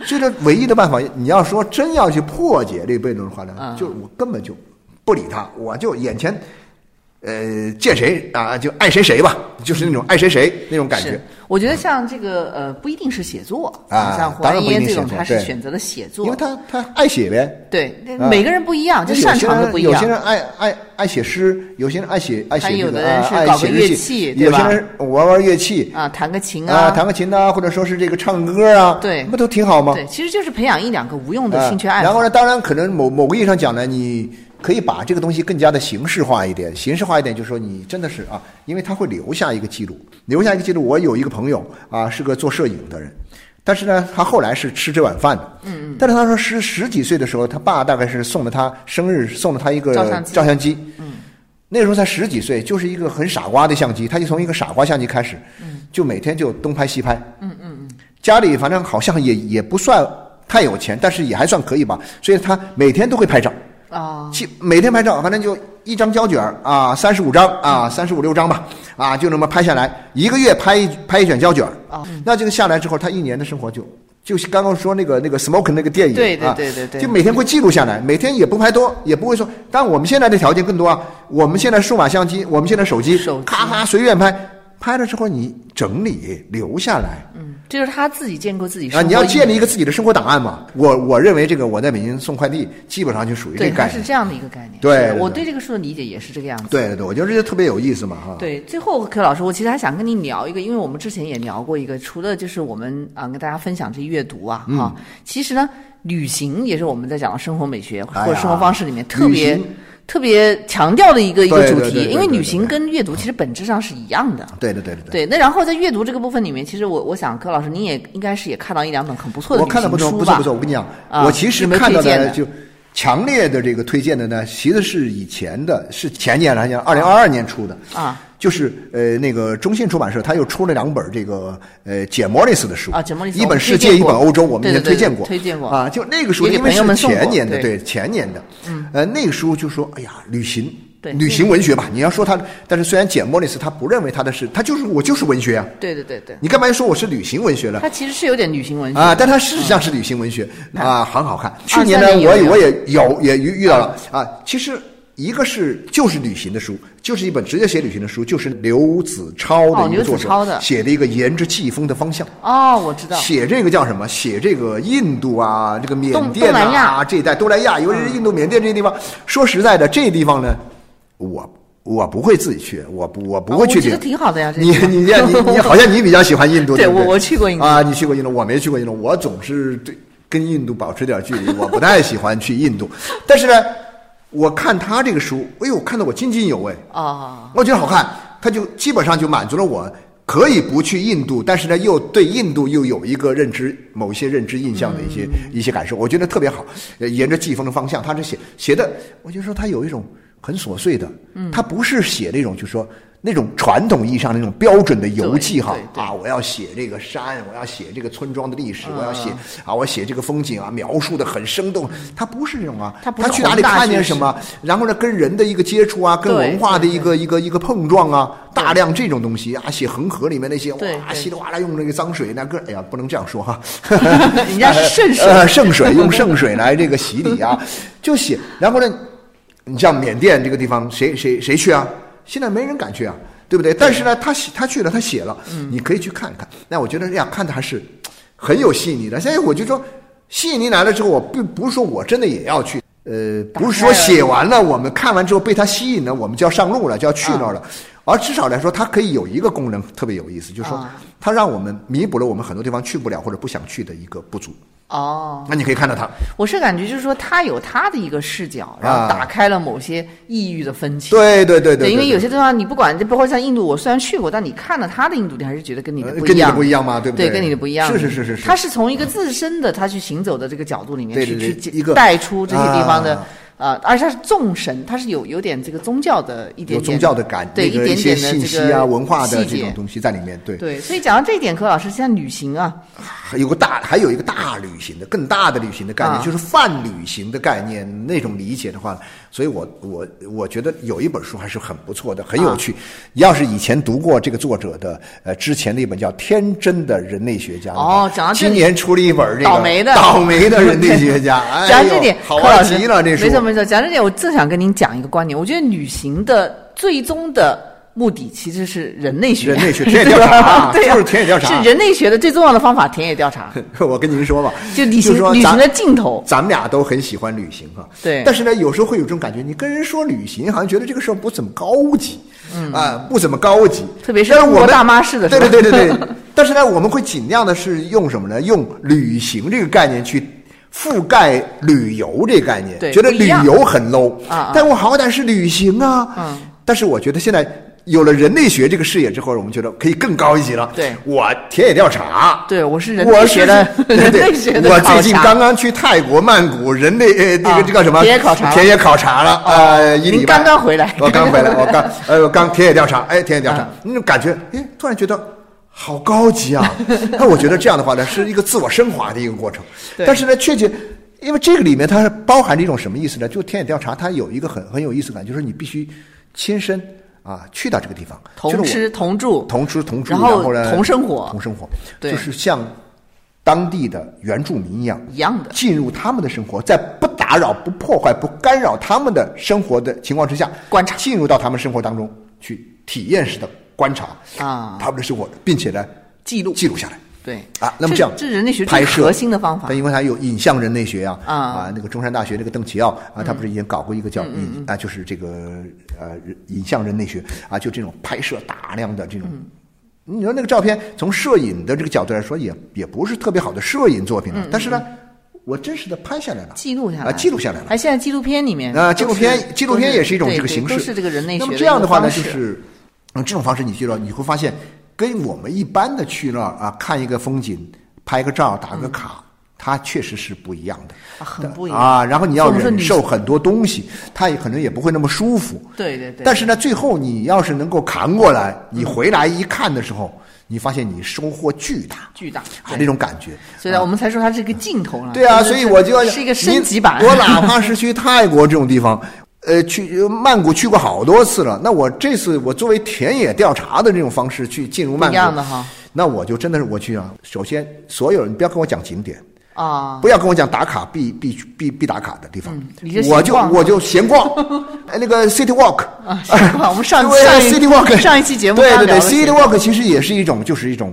[SPEAKER 2] 所以这唯一的办法，你要说真要去破解这个悖论的话呢
[SPEAKER 1] 嗯，
[SPEAKER 2] 就是我根本就不理他，我就眼前，呃，见谁啊就爱谁谁吧，就是那种爱谁谁那种感觉
[SPEAKER 1] [laughs] 是。，我觉得像这个呃，不一定是写作
[SPEAKER 2] 啊
[SPEAKER 1] 像黄
[SPEAKER 2] 当然不一
[SPEAKER 1] 一
[SPEAKER 2] 定
[SPEAKER 1] 这
[SPEAKER 2] 写
[SPEAKER 1] 种，
[SPEAKER 2] 作
[SPEAKER 1] 他是
[SPEAKER 2] 对
[SPEAKER 1] 选择了写作，
[SPEAKER 2] 因为他他爱写呗，
[SPEAKER 1] 对那
[SPEAKER 2] 啊
[SPEAKER 1] 每个人不一样，就
[SPEAKER 2] 有
[SPEAKER 1] 擅
[SPEAKER 2] 些
[SPEAKER 1] 长的
[SPEAKER 2] 人
[SPEAKER 1] 不一
[SPEAKER 2] 有些
[SPEAKER 1] 样。
[SPEAKER 2] 人爱爱爱写诗，有些人爱写爱写
[SPEAKER 1] 还
[SPEAKER 2] 这
[SPEAKER 1] 有
[SPEAKER 2] 个
[SPEAKER 1] 的人
[SPEAKER 2] 啊
[SPEAKER 1] 是
[SPEAKER 2] 爱
[SPEAKER 1] 搞
[SPEAKER 2] 写
[SPEAKER 1] 个
[SPEAKER 2] 日
[SPEAKER 1] 乐
[SPEAKER 2] 记
[SPEAKER 1] 器对
[SPEAKER 2] 有些
[SPEAKER 1] 吧
[SPEAKER 2] 人玩玩乐器
[SPEAKER 1] 啊，弹个琴
[SPEAKER 2] 啊，弹个琴呐，或者说是这个唱歌啊，
[SPEAKER 1] 对
[SPEAKER 2] 那不都挺好吗？
[SPEAKER 1] 对，其实就是培养一两个无用
[SPEAKER 2] 啊
[SPEAKER 1] 的兴趣爱
[SPEAKER 2] 然
[SPEAKER 1] 好。
[SPEAKER 2] 后呢，当然可能某某个意义上讲呢，你可以把这个东西更加的形式化一点，形式化一点，就是说你真的是啊，因为它会留下一个记录，留下一个记录。我有一个朋友啊，是个做摄影的人。但是呢，他后来是吃这碗饭的。嗯嗯。但是他说十十几岁的时候，他爸大概是送了他生日，送了他一个
[SPEAKER 1] 照相机
[SPEAKER 2] 照相机。嗯。那时候才十几岁，就是一个很傻瓜的相机，他就从一个傻瓜相机开始，
[SPEAKER 1] 嗯
[SPEAKER 2] 就每天就东拍西拍。家里反正好像也也不算太有钱，但是也还算可以吧，所以他每天都会拍照，
[SPEAKER 1] 啊，
[SPEAKER 2] 其每天拍照，反正就一张胶卷儿啊，三十五张啊，三十五六张吧，啊，就那么拍下来，一个月拍一拍一卷胶卷儿
[SPEAKER 1] 啊，
[SPEAKER 2] 那这个下来之后，他一年的生活就。就是刚刚说那个那个 smoke 那个电影，
[SPEAKER 1] 对对
[SPEAKER 2] 啊
[SPEAKER 1] 对对对
[SPEAKER 2] 就每天会记录下来，每天也不拍多，也不会说。但我们现在的条件更多啊，我们现在数码相机，我们现在手机，
[SPEAKER 1] 手机
[SPEAKER 2] 咔咔随便拍，拍了之后你整理留下来
[SPEAKER 1] 嗯，这就是他自己建构自己生
[SPEAKER 2] 啊，
[SPEAKER 1] 活。
[SPEAKER 2] 你要建立一个自己的生活档案嘛。我我认为这个我在北京送快递基本上就属于这
[SPEAKER 1] 对，
[SPEAKER 2] 概
[SPEAKER 1] 它是
[SPEAKER 2] 念。
[SPEAKER 1] 这样的一个概念。
[SPEAKER 2] 对
[SPEAKER 1] 是的
[SPEAKER 2] 对
[SPEAKER 1] 我
[SPEAKER 2] 对
[SPEAKER 1] 对这个书的理解也是这个样子。
[SPEAKER 2] 对对对，我觉得这特别有意思嘛哈。
[SPEAKER 1] 对，最后柯老师，我其实还想跟你聊一个，因为我们之前也聊过一个，除了就是我们啊跟大家分享这阅读啊，
[SPEAKER 2] 嗯
[SPEAKER 1] 啊，其实呢，旅行也是我们在讲到生活美学
[SPEAKER 2] 哎呀
[SPEAKER 1] 或者生活方式里面特别
[SPEAKER 2] 旅行
[SPEAKER 1] 特别强调的一个一个
[SPEAKER 2] 对
[SPEAKER 1] 主
[SPEAKER 2] 对对
[SPEAKER 1] 题，
[SPEAKER 2] 对
[SPEAKER 1] 因为
[SPEAKER 2] 对
[SPEAKER 1] 旅
[SPEAKER 2] 对嗯
[SPEAKER 1] 行
[SPEAKER 2] 对
[SPEAKER 1] 跟阅读其实本质上是一样的。
[SPEAKER 2] 对对对对
[SPEAKER 1] 对，
[SPEAKER 2] 对。
[SPEAKER 1] 那然后在阅读这个部分里面，其实我我想柯老师，你也应该是也看到一两本很不错的
[SPEAKER 2] 我
[SPEAKER 1] 旅行
[SPEAKER 2] 看
[SPEAKER 1] 书吧？
[SPEAKER 2] 的不错，不错，不错。我跟你讲，
[SPEAKER 1] 啊
[SPEAKER 2] 我其实
[SPEAKER 1] 有没有
[SPEAKER 2] 看到
[SPEAKER 1] 推荐的
[SPEAKER 2] 的就强烈的这个推荐的呢，其实是以前的，是前年还是二零二二年出的
[SPEAKER 1] 啊，
[SPEAKER 2] 就是呃那个中信出版社，它又出了两本这个呃简莫里斯的书
[SPEAKER 1] 啊简莫里斯
[SPEAKER 2] 一
[SPEAKER 1] 我
[SPEAKER 2] 本
[SPEAKER 1] 们
[SPEAKER 2] 世
[SPEAKER 1] 推
[SPEAKER 2] 界，
[SPEAKER 1] 荐
[SPEAKER 2] 一本
[SPEAKER 1] 过
[SPEAKER 2] 欧洲，我们也
[SPEAKER 1] 对对对
[SPEAKER 2] 推荐
[SPEAKER 1] 对
[SPEAKER 2] 过，
[SPEAKER 1] 推荐过
[SPEAKER 2] 啊。就那个书，
[SPEAKER 1] 也给
[SPEAKER 2] 因为
[SPEAKER 1] 朋友
[SPEAKER 2] 是
[SPEAKER 1] 们送过
[SPEAKER 2] 前年的，
[SPEAKER 1] 对嗯
[SPEAKER 2] 对前年的，呃那个书就说，哎呀，旅行。
[SPEAKER 1] 对
[SPEAKER 2] 旅行文学吧，你要说它，但是虽然简莫里斯他不认为他的是，他就是我就是文学啊，
[SPEAKER 1] 对对对对，
[SPEAKER 2] 你干嘛又说我是旅行文学了？
[SPEAKER 1] 它其实是有点旅行文学
[SPEAKER 2] 啊，但它事实上是旅行文学
[SPEAKER 1] 嗯
[SPEAKER 2] 啊，很好看。去年呢，
[SPEAKER 1] 23年
[SPEAKER 2] 我也
[SPEAKER 1] 有嗯
[SPEAKER 2] 我也有也遇遇到了啊。其实一个是就是旅行的书，就是一本直接写旅行的书，就是刘子超
[SPEAKER 1] 哦
[SPEAKER 2] 的一
[SPEAKER 1] 刘子
[SPEAKER 2] 个作者、
[SPEAKER 1] 超的
[SPEAKER 2] 写的一个沿着季风的方向。
[SPEAKER 1] 哦，我知道。
[SPEAKER 2] 写这个叫什么？写这个印度啊，这个缅
[SPEAKER 1] 东
[SPEAKER 2] 甸
[SPEAKER 1] 东南亚嗯
[SPEAKER 2] 啊，这一带东南亚，尤其是印度、缅甸这些地方。说实在的，这地方呢，我我不会自己去，我不我不
[SPEAKER 1] 啊
[SPEAKER 2] 会
[SPEAKER 1] 我
[SPEAKER 2] 去
[SPEAKER 1] 觉得
[SPEAKER 2] 这个。
[SPEAKER 1] 挺好的呀，这
[SPEAKER 2] 你
[SPEAKER 1] 地方 [laughs]
[SPEAKER 2] 你这样你你好像你比较喜欢印度，
[SPEAKER 1] 对
[SPEAKER 2] 对不
[SPEAKER 1] 我我去过印度
[SPEAKER 2] 啊，你去过印度，我没去过印度，我总是对跟印度保持点距离，我不太喜欢去印度。但是呢，我看他这个书，哎呦，看得我津津有味，
[SPEAKER 1] 哦，
[SPEAKER 2] 我觉得好看，他就基本上就满足了我可以不去印度，但是呢又对印度又有一个认知，某些认知印象的一些、
[SPEAKER 1] 嗯
[SPEAKER 2] 一些感受，我觉得特别好。呃沿着季风的方向，他这写写的，我就说他有一种很琐碎的，他
[SPEAKER 1] 嗯
[SPEAKER 2] 不是写那种就说。那种传统意义上的那种标准的游记哈
[SPEAKER 1] 对对对嗯
[SPEAKER 2] 啊，我要写这个山，我要写这个村庄的历史，我要写啊，我写这个风景啊，描述的很生动。他不是这种啊，
[SPEAKER 1] 它不
[SPEAKER 2] 他
[SPEAKER 1] 是
[SPEAKER 2] 去哪
[SPEAKER 1] 宏
[SPEAKER 2] 里
[SPEAKER 1] 大
[SPEAKER 2] 看见
[SPEAKER 1] 叙事
[SPEAKER 2] 什么，啊然后呢跟人的一个接触啊，跟
[SPEAKER 1] 对
[SPEAKER 2] 文化的
[SPEAKER 1] 对
[SPEAKER 2] 一个。一个一个一个碰撞啊，大量这种东西啊，写恒河里面那些哇
[SPEAKER 1] 对，对
[SPEAKER 2] 稀里哗啦用那个脏水，那个哎呀，不能这样说哈，
[SPEAKER 1] [laughs] 人家是圣水，
[SPEAKER 2] [laughs] 呃，圣水用圣水来这个洗礼啊，就写。然后呢，你像缅甸这个地方，谁谁谁去啊？现在没人敢去啊，对不对？但是呢，他写他去了，他写了，
[SPEAKER 1] 嗯
[SPEAKER 2] 你可以去看一看。那我觉得，哎呀，看的还是很有吸引力的。现在我就说，吸引力来了之后，我并不是说我真的也要去。呃，不是说写完了，我们看完之后被它吸引了，我们就要上路了，就要去那儿
[SPEAKER 1] 嗯
[SPEAKER 2] 了。而至少来说，它可以有一个功能特别有意思，就是说
[SPEAKER 1] 啊，
[SPEAKER 2] 它让我们弥补了我们很多地方去不了或者不想去的一个不足。
[SPEAKER 1] 哦，
[SPEAKER 2] 那你可以看到它，
[SPEAKER 1] 我是感觉就是说他有他的一个视角，然后
[SPEAKER 2] 啊
[SPEAKER 1] 打开了某些异域的分歧。
[SPEAKER 2] 对对对对，
[SPEAKER 1] 因为有
[SPEAKER 2] 对
[SPEAKER 1] 些地方你不管，就包括像印度，我虽然去过，但你看了他的印度你还是觉得跟你的
[SPEAKER 2] 呃
[SPEAKER 1] 不
[SPEAKER 2] 跟
[SPEAKER 1] 一
[SPEAKER 2] 你的
[SPEAKER 1] 样，
[SPEAKER 2] 不一样嘛，对不
[SPEAKER 1] 对
[SPEAKER 2] 对，
[SPEAKER 1] 跟你的不一样。
[SPEAKER 2] 是是是是是，
[SPEAKER 1] 他是从一个自身的他去行走的这个角度里面
[SPEAKER 2] 对
[SPEAKER 1] 去
[SPEAKER 2] 对对
[SPEAKER 1] 去
[SPEAKER 2] 一个
[SPEAKER 1] 带出这些地方的
[SPEAKER 2] 啊。
[SPEAKER 1] 呃，而且它是众神，它是有有点这个宗教的一点点
[SPEAKER 2] 有宗教的感，
[SPEAKER 1] 对
[SPEAKER 2] 那个
[SPEAKER 1] 一点点
[SPEAKER 2] 一
[SPEAKER 1] 的
[SPEAKER 2] 些
[SPEAKER 1] 这
[SPEAKER 2] 信
[SPEAKER 1] 个
[SPEAKER 2] 息啊、文化的
[SPEAKER 1] 细
[SPEAKER 2] 这
[SPEAKER 1] 节
[SPEAKER 2] 种东西在里面，对，
[SPEAKER 1] 对，所以讲到这一点，柯老师像旅行啊，
[SPEAKER 2] 还有个大，还有一个大旅行的更大的旅行的概念，
[SPEAKER 1] 啊
[SPEAKER 2] 就是泛旅行的概念那种理解的话，所以我我我觉得有一本书还是很不错的，很有
[SPEAKER 1] 啊
[SPEAKER 2] 趣。你要是以前读过这个作者的呃之前的一本叫《天真的人类学家》的话
[SPEAKER 1] 哦讲到这里
[SPEAKER 2] 今年出了一本这个
[SPEAKER 1] 倒霉的
[SPEAKER 2] 倒霉的人类学
[SPEAKER 1] [laughs]
[SPEAKER 2] 家，哎呦
[SPEAKER 1] 讲这点，
[SPEAKER 2] 好
[SPEAKER 1] 柯老
[SPEAKER 2] 玩
[SPEAKER 1] 师
[SPEAKER 2] 极了，这书
[SPEAKER 1] 没错没错。讲这点，我正想跟您讲一个观点。我觉得旅行的最终的目的其实是人类学，
[SPEAKER 2] 人类学田野调查
[SPEAKER 1] [laughs]
[SPEAKER 2] 啊
[SPEAKER 1] 对啊
[SPEAKER 2] 就是田野调查
[SPEAKER 1] 是人类学的最重要的方法，田野调
[SPEAKER 2] [laughs]
[SPEAKER 1] 查。
[SPEAKER 2] [laughs] 我跟您说吧，
[SPEAKER 1] 就旅行
[SPEAKER 2] 说
[SPEAKER 1] 旅行
[SPEAKER 2] 咱
[SPEAKER 1] 的尽头，
[SPEAKER 2] 咱们俩都很喜欢旅行哈、
[SPEAKER 1] 对
[SPEAKER 2] 但是呢，有时候会有这种感觉，你跟人说旅行，好像觉得这个事儿不怎么高级，嗯啊、不怎么高级。
[SPEAKER 1] 特别是
[SPEAKER 2] 但我
[SPEAKER 1] 中国
[SPEAKER 2] 们
[SPEAKER 1] 大妈式的
[SPEAKER 2] 对
[SPEAKER 1] 是吧
[SPEAKER 2] 对对对对。
[SPEAKER 1] [laughs]
[SPEAKER 2] 但是呢，我们会尽量的是用什么呢？用旅行这个概念去。覆盖旅游这个概念，
[SPEAKER 1] 对
[SPEAKER 2] 觉得
[SPEAKER 1] 不一
[SPEAKER 2] 旅
[SPEAKER 1] 样
[SPEAKER 2] 游很 low，
[SPEAKER 1] 啊啊
[SPEAKER 2] 但我好歹是旅行啊。
[SPEAKER 1] 嗯，
[SPEAKER 2] 但是我觉得现在有了人类学这个视野之后，我们觉得可以更高一级了。
[SPEAKER 1] 对
[SPEAKER 2] 我田野调查，
[SPEAKER 1] 对我是人类
[SPEAKER 2] 我是
[SPEAKER 1] 学的
[SPEAKER 2] [laughs]
[SPEAKER 1] [laughs]
[SPEAKER 2] 对
[SPEAKER 1] 人
[SPEAKER 2] 对
[SPEAKER 1] 类学的
[SPEAKER 2] 我
[SPEAKER 1] 考
[SPEAKER 2] 最近
[SPEAKER 1] 察
[SPEAKER 2] 刚刚去泰国曼谷人类呃那
[SPEAKER 1] 啊
[SPEAKER 2] 个这个什么
[SPEAKER 1] 田野考察哦
[SPEAKER 2] 田野考察了呃一
[SPEAKER 1] 您
[SPEAKER 2] 礼拜
[SPEAKER 1] 刚刚回来，啊
[SPEAKER 2] 我刚回来，我
[SPEAKER 1] [laughs]
[SPEAKER 2] 刚呃我刚田野调查，哎田野调查，那种感觉哎突然觉得。好高
[SPEAKER 1] [laughs]
[SPEAKER 2] 级啊！那我觉得这样的话呢，是一个自我升华的一个过程。
[SPEAKER 1] 对
[SPEAKER 2] 但是呢，确切，因为这个里面它是包含着一种什么意思呢？就田野调查，它有一个很很有意思感，就是你必须亲身啊去到这个地方，就是
[SPEAKER 1] 同
[SPEAKER 2] 我
[SPEAKER 1] 吃同住，
[SPEAKER 2] 同吃同住，
[SPEAKER 1] 然
[SPEAKER 2] 然
[SPEAKER 1] 后
[SPEAKER 2] 呢
[SPEAKER 1] 同生活
[SPEAKER 2] 同生活，
[SPEAKER 1] 对
[SPEAKER 2] 就是像当地的原住民一样，
[SPEAKER 1] 一样的
[SPEAKER 2] 进入他们的生活，在不打扰、不破坏、不干扰他们的生活的情况之下，
[SPEAKER 1] 观察
[SPEAKER 2] 进入到他们生活当中去体验式的观察
[SPEAKER 1] 啊
[SPEAKER 2] 他们是我的，并且呢
[SPEAKER 1] 记录
[SPEAKER 2] 记录下来。
[SPEAKER 1] 对
[SPEAKER 2] 啊，那么这样，
[SPEAKER 1] 这是人类学
[SPEAKER 2] 拍
[SPEAKER 1] 最
[SPEAKER 2] 摄
[SPEAKER 1] 核心的方法
[SPEAKER 2] 对，。因为它有影像人类学啊，
[SPEAKER 1] 啊嗯
[SPEAKER 2] 那个中山大学那个邓奇奥啊，他不是以前搞过一个叫影啊，就是这个呃影像人类学啊，就这种拍摄大量的这种。
[SPEAKER 1] 嗯
[SPEAKER 2] 你说那个照片从摄影的这个角度来说，也也不是特别好的摄影作品了，但是呢，我真实的拍下来了，
[SPEAKER 1] 嗯记录下来，
[SPEAKER 2] 啊，记录下来了。
[SPEAKER 1] 哎，现在纪录片里面
[SPEAKER 2] 啊，
[SPEAKER 1] 都
[SPEAKER 2] 纪录
[SPEAKER 1] 是
[SPEAKER 2] 片纪录
[SPEAKER 1] 都
[SPEAKER 2] 片也是一种
[SPEAKER 1] 对
[SPEAKER 2] 这个
[SPEAKER 1] 对
[SPEAKER 2] 形式。
[SPEAKER 1] 都是这个人类学
[SPEAKER 2] 那么
[SPEAKER 1] 一
[SPEAKER 2] 这
[SPEAKER 1] 个
[SPEAKER 2] 样的话
[SPEAKER 1] 方
[SPEAKER 2] 呢，就
[SPEAKER 1] 式
[SPEAKER 2] 是嗯这种方式，你记住，你会发现跟我们一般的去那儿啊看一个风景、拍个照、打个卡，它确实是不一样的。
[SPEAKER 1] 啊嗯很不一样。
[SPEAKER 2] 啊，然后你要
[SPEAKER 1] 所以我说
[SPEAKER 2] 忍
[SPEAKER 1] 旅
[SPEAKER 2] 受很多东西，它也可能也不会那么舒服。
[SPEAKER 1] 对对嗯对，
[SPEAKER 2] 但是呢，最后你要是能够扛过来，你回来一看的时候，你发现你收获巨大，
[SPEAKER 1] 巨大
[SPEAKER 2] 啊，那
[SPEAKER 1] 对
[SPEAKER 2] 种感觉。
[SPEAKER 1] 所以呢，我们才说它是一个镜头了。
[SPEAKER 2] 对啊，
[SPEAKER 1] 就是
[SPEAKER 2] 所以我就要
[SPEAKER 1] 是一个升级版。
[SPEAKER 2] 你我哪怕是去泰国这种地方，呃，去呃曼谷去过好多次了。那我这次我作为田野调查的这种方式去进入曼
[SPEAKER 1] 不一样的
[SPEAKER 2] 谷，
[SPEAKER 1] 哈
[SPEAKER 2] 那我就真的是我去啊。首先，所有人不要跟我讲景点，
[SPEAKER 1] [laughs] 啊，
[SPEAKER 2] 不要跟我讲打卡必必必必打卡的地方，
[SPEAKER 1] 嗯你就闲
[SPEAKER 2] 我就
[SPEAKER 1] 逛
[SPEAKER 2] 我就闲逛，哎，那个 City Walk
[SPEAKER 1] 啊闲逛我 [laughs] 们上
[SPEAKER 2] 对
[SPEAKER 1] 上一
[SPEAKER 2] City Walk
[SPEAKER 1] 上一期节目
[SPEAKER 2] 对对
[SPEAKER 1] 刚聊
[SPEAKER 2] 对
[SPEAKER 1] 了
[SPEAKER 2] ，City
[SPEAKER 1] 闲
[SPEAKER 2] Walk 其实也是一种就是一种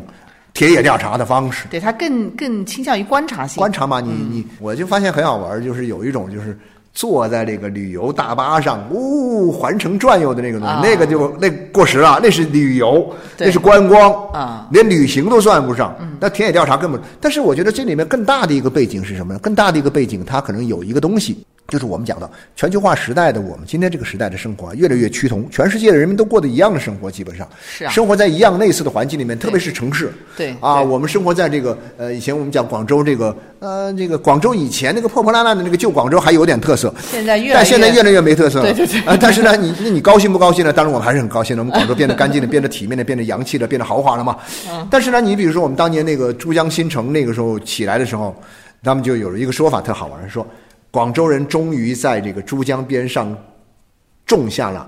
[SPEAKER 2] 田野调查的方式。
[SPEAKER 1] 对它更更倾向于观察性。
[SPEAKER 2] 观察嘛，你
[SPEAKER 1] 嗯
[SPEAKER 2] 你我就发现很好玩儿，就是有一种就是坐在这个旅游大巴上，呜、环城转悠的那个东西，
[SPEAKER 1] 啊
[SPEAKER 2] 那个就那过时了，那是旅游，
[SPEAKER 1] 对
[SPEAKER 2] 那是观光
[SPEAKER 1] 啊，嗯
[SPEAKER 2] 连旅行都算不上。那田野调查根本，但是我觉得这里面更大的一个背景是什么呢？更大的一个背景，它可能有一个东西。就是我们讲到全球化时代的我们今天这个时代的生活啊，越来越趋同，全世界的人民都过得一样的生活，基本上
[SPEAKER 1] 是啊
[SPEAKER 2] 生活在一样类似的环境里面，特别
[SPEAKER 1] 对
[SPEAKER 2] 是城市，
[SPEAKER 1] 对
[SPEAKER 2] 啊，
[SPEAKER 1] 对
[SPEAKER 2] 我们生活在这个呃，以前我们讲广州这个呃，这个广州以前那个破破烂烂的那个旧广州还有点特色，
[SPEAKER 1] 现在越来
[SPEAKER 2] 但现在
[SPEAKER 1] 越
[SPEAKER 2] 越来越没特色了。
[SPEAKER 1] 对对对
[SPEAKER 2] 啊，但是呢，你那你高兴不高兴呢？当然我们还是很高兴的，我们广州变得
[SPEAKER 1] [laughs]
[SPEAKER 2] 干净了，变得体面了，变得洋气了，变得豪华了嘛。
[SPEAKER 1] 嗯
[SPEAKER 2] 但是呢，你比如说我们当年那个珠江新城那个时候起来的时候，他们就有一个说法特好玩，说广州人终于在这个珠江边上种下了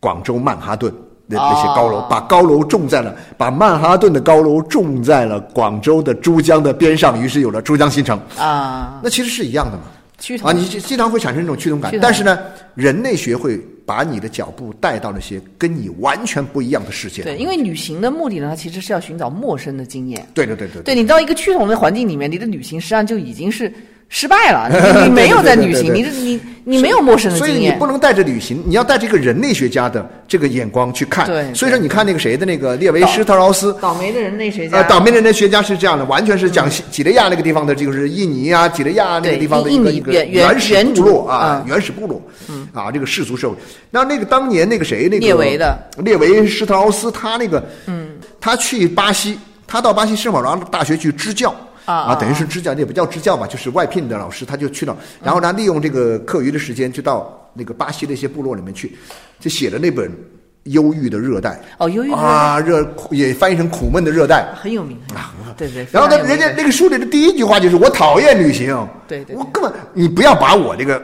[SPEAKER 2] 广州曼哈顿的那些高楼，
[SPEAKER 1] 哦
[SPEAKER 2] 把高楼种在了，把曼哈顿的高楼种在了广州的珠江的边上，于是有了珠江新城。
[SPEAKER 1] 啊，
[SPEAKER 2] 那其实是一样的嘛，
[SPEAKER 1] 趋同
[SPEAKER 2] 啊，你就经常会产生这种趋同感
[SPEAKER 1] 趋。同
[SPEAKER 2] 但是呢，人类学会把你的脚步带到那些跟你完全不一样的世界。
[SPEAKER 1] 对，因为旅行的目的呢，它其实是要寻找陌生的经验。
[SPEAKER 2] 对对对对对
[SPEAKER 1] 对你到一个趋同的环境里面，你的旅行实际上就已经是失败了，
[SPEAKER 2] [laughs]
[SPEAKER 1] 你你没有在旅行，
[SPEAKER 2] 对对
[SPEAKER 1] 你你你没有陌生的
[SPEAKER 2] 所以
[SPEAKER 1] 经
[SPEAKER 2] 你
[SPEAKER 1] 验
[SPEAKER 2] 不。能带着旅行，你要带着一个人类学家的这个眼光去看。
[SPEAKER 1] 对
[SPEAKER 2] 所以说你看那个谁的那个列维
[SPEAKER 1] 倒
[SPEAKER 2] 施特劳斯，
[SPEAKER 1] 倒霉的人类学家，
[SPEAKER 2] 呃，倒霉的那学家是这样的，完全是讲几内亚那个地方的，就是印尼啊，几内亚那个
[SPEAKER 1] 对
[SPEAKER 2] 地方的
[SPEAKER 1] 印
[SPEAKER 2] 一个
[SPEAKER 1] 尼
[SPEAKER 2] 一个
[SPEAKER 1] 原原
[SPEAKER 2] 始
[SPEAKER 1] 原
[SPEAKER 2] 部落啊
[SPEAKER 1] 嗯，
[SPEAKER 2] 原始部落，啊，这个氏族社会。那那个当年那个谁，那个
[SPEAKER 1] 列维的
[SPEAKER 2] 列维施特劳斯，他那个，嗯，他去巴西，他到巴西圣保罗大学去支教。
[SPEAKER 1] 啊
[SPEAKER 2] 啊，
[SPEAKER 1] 啊
[SPEAKER 2] 等于是支教，也不叫支教吧，就是外聘的老师，他就去了，然后呢，利用这个课余的时间，就到那个巴西的一些部落里面去，就写了那本《忧郁的热带》
[SPEAKER 1] 哦忧郁的热带
[SPEAKER 2] 啊，热也翻译成苦闷的热带，
[SPEAKER 1] 很有名对对。
[SPEAKER 2] 啊然
[SPEAKER 1] 非
[SPEAKER 2] 后呢，
[SPEAKER 1] 常有
[SPEAKER 2] 人
[SPEAKER 1] 名
[SPEAKER 2] 家那个书里的第一句话就是“我讨厌旅行”，
[SPEAKER 1] 对对对
[SPEAKER 2] 我根本你不要把我这个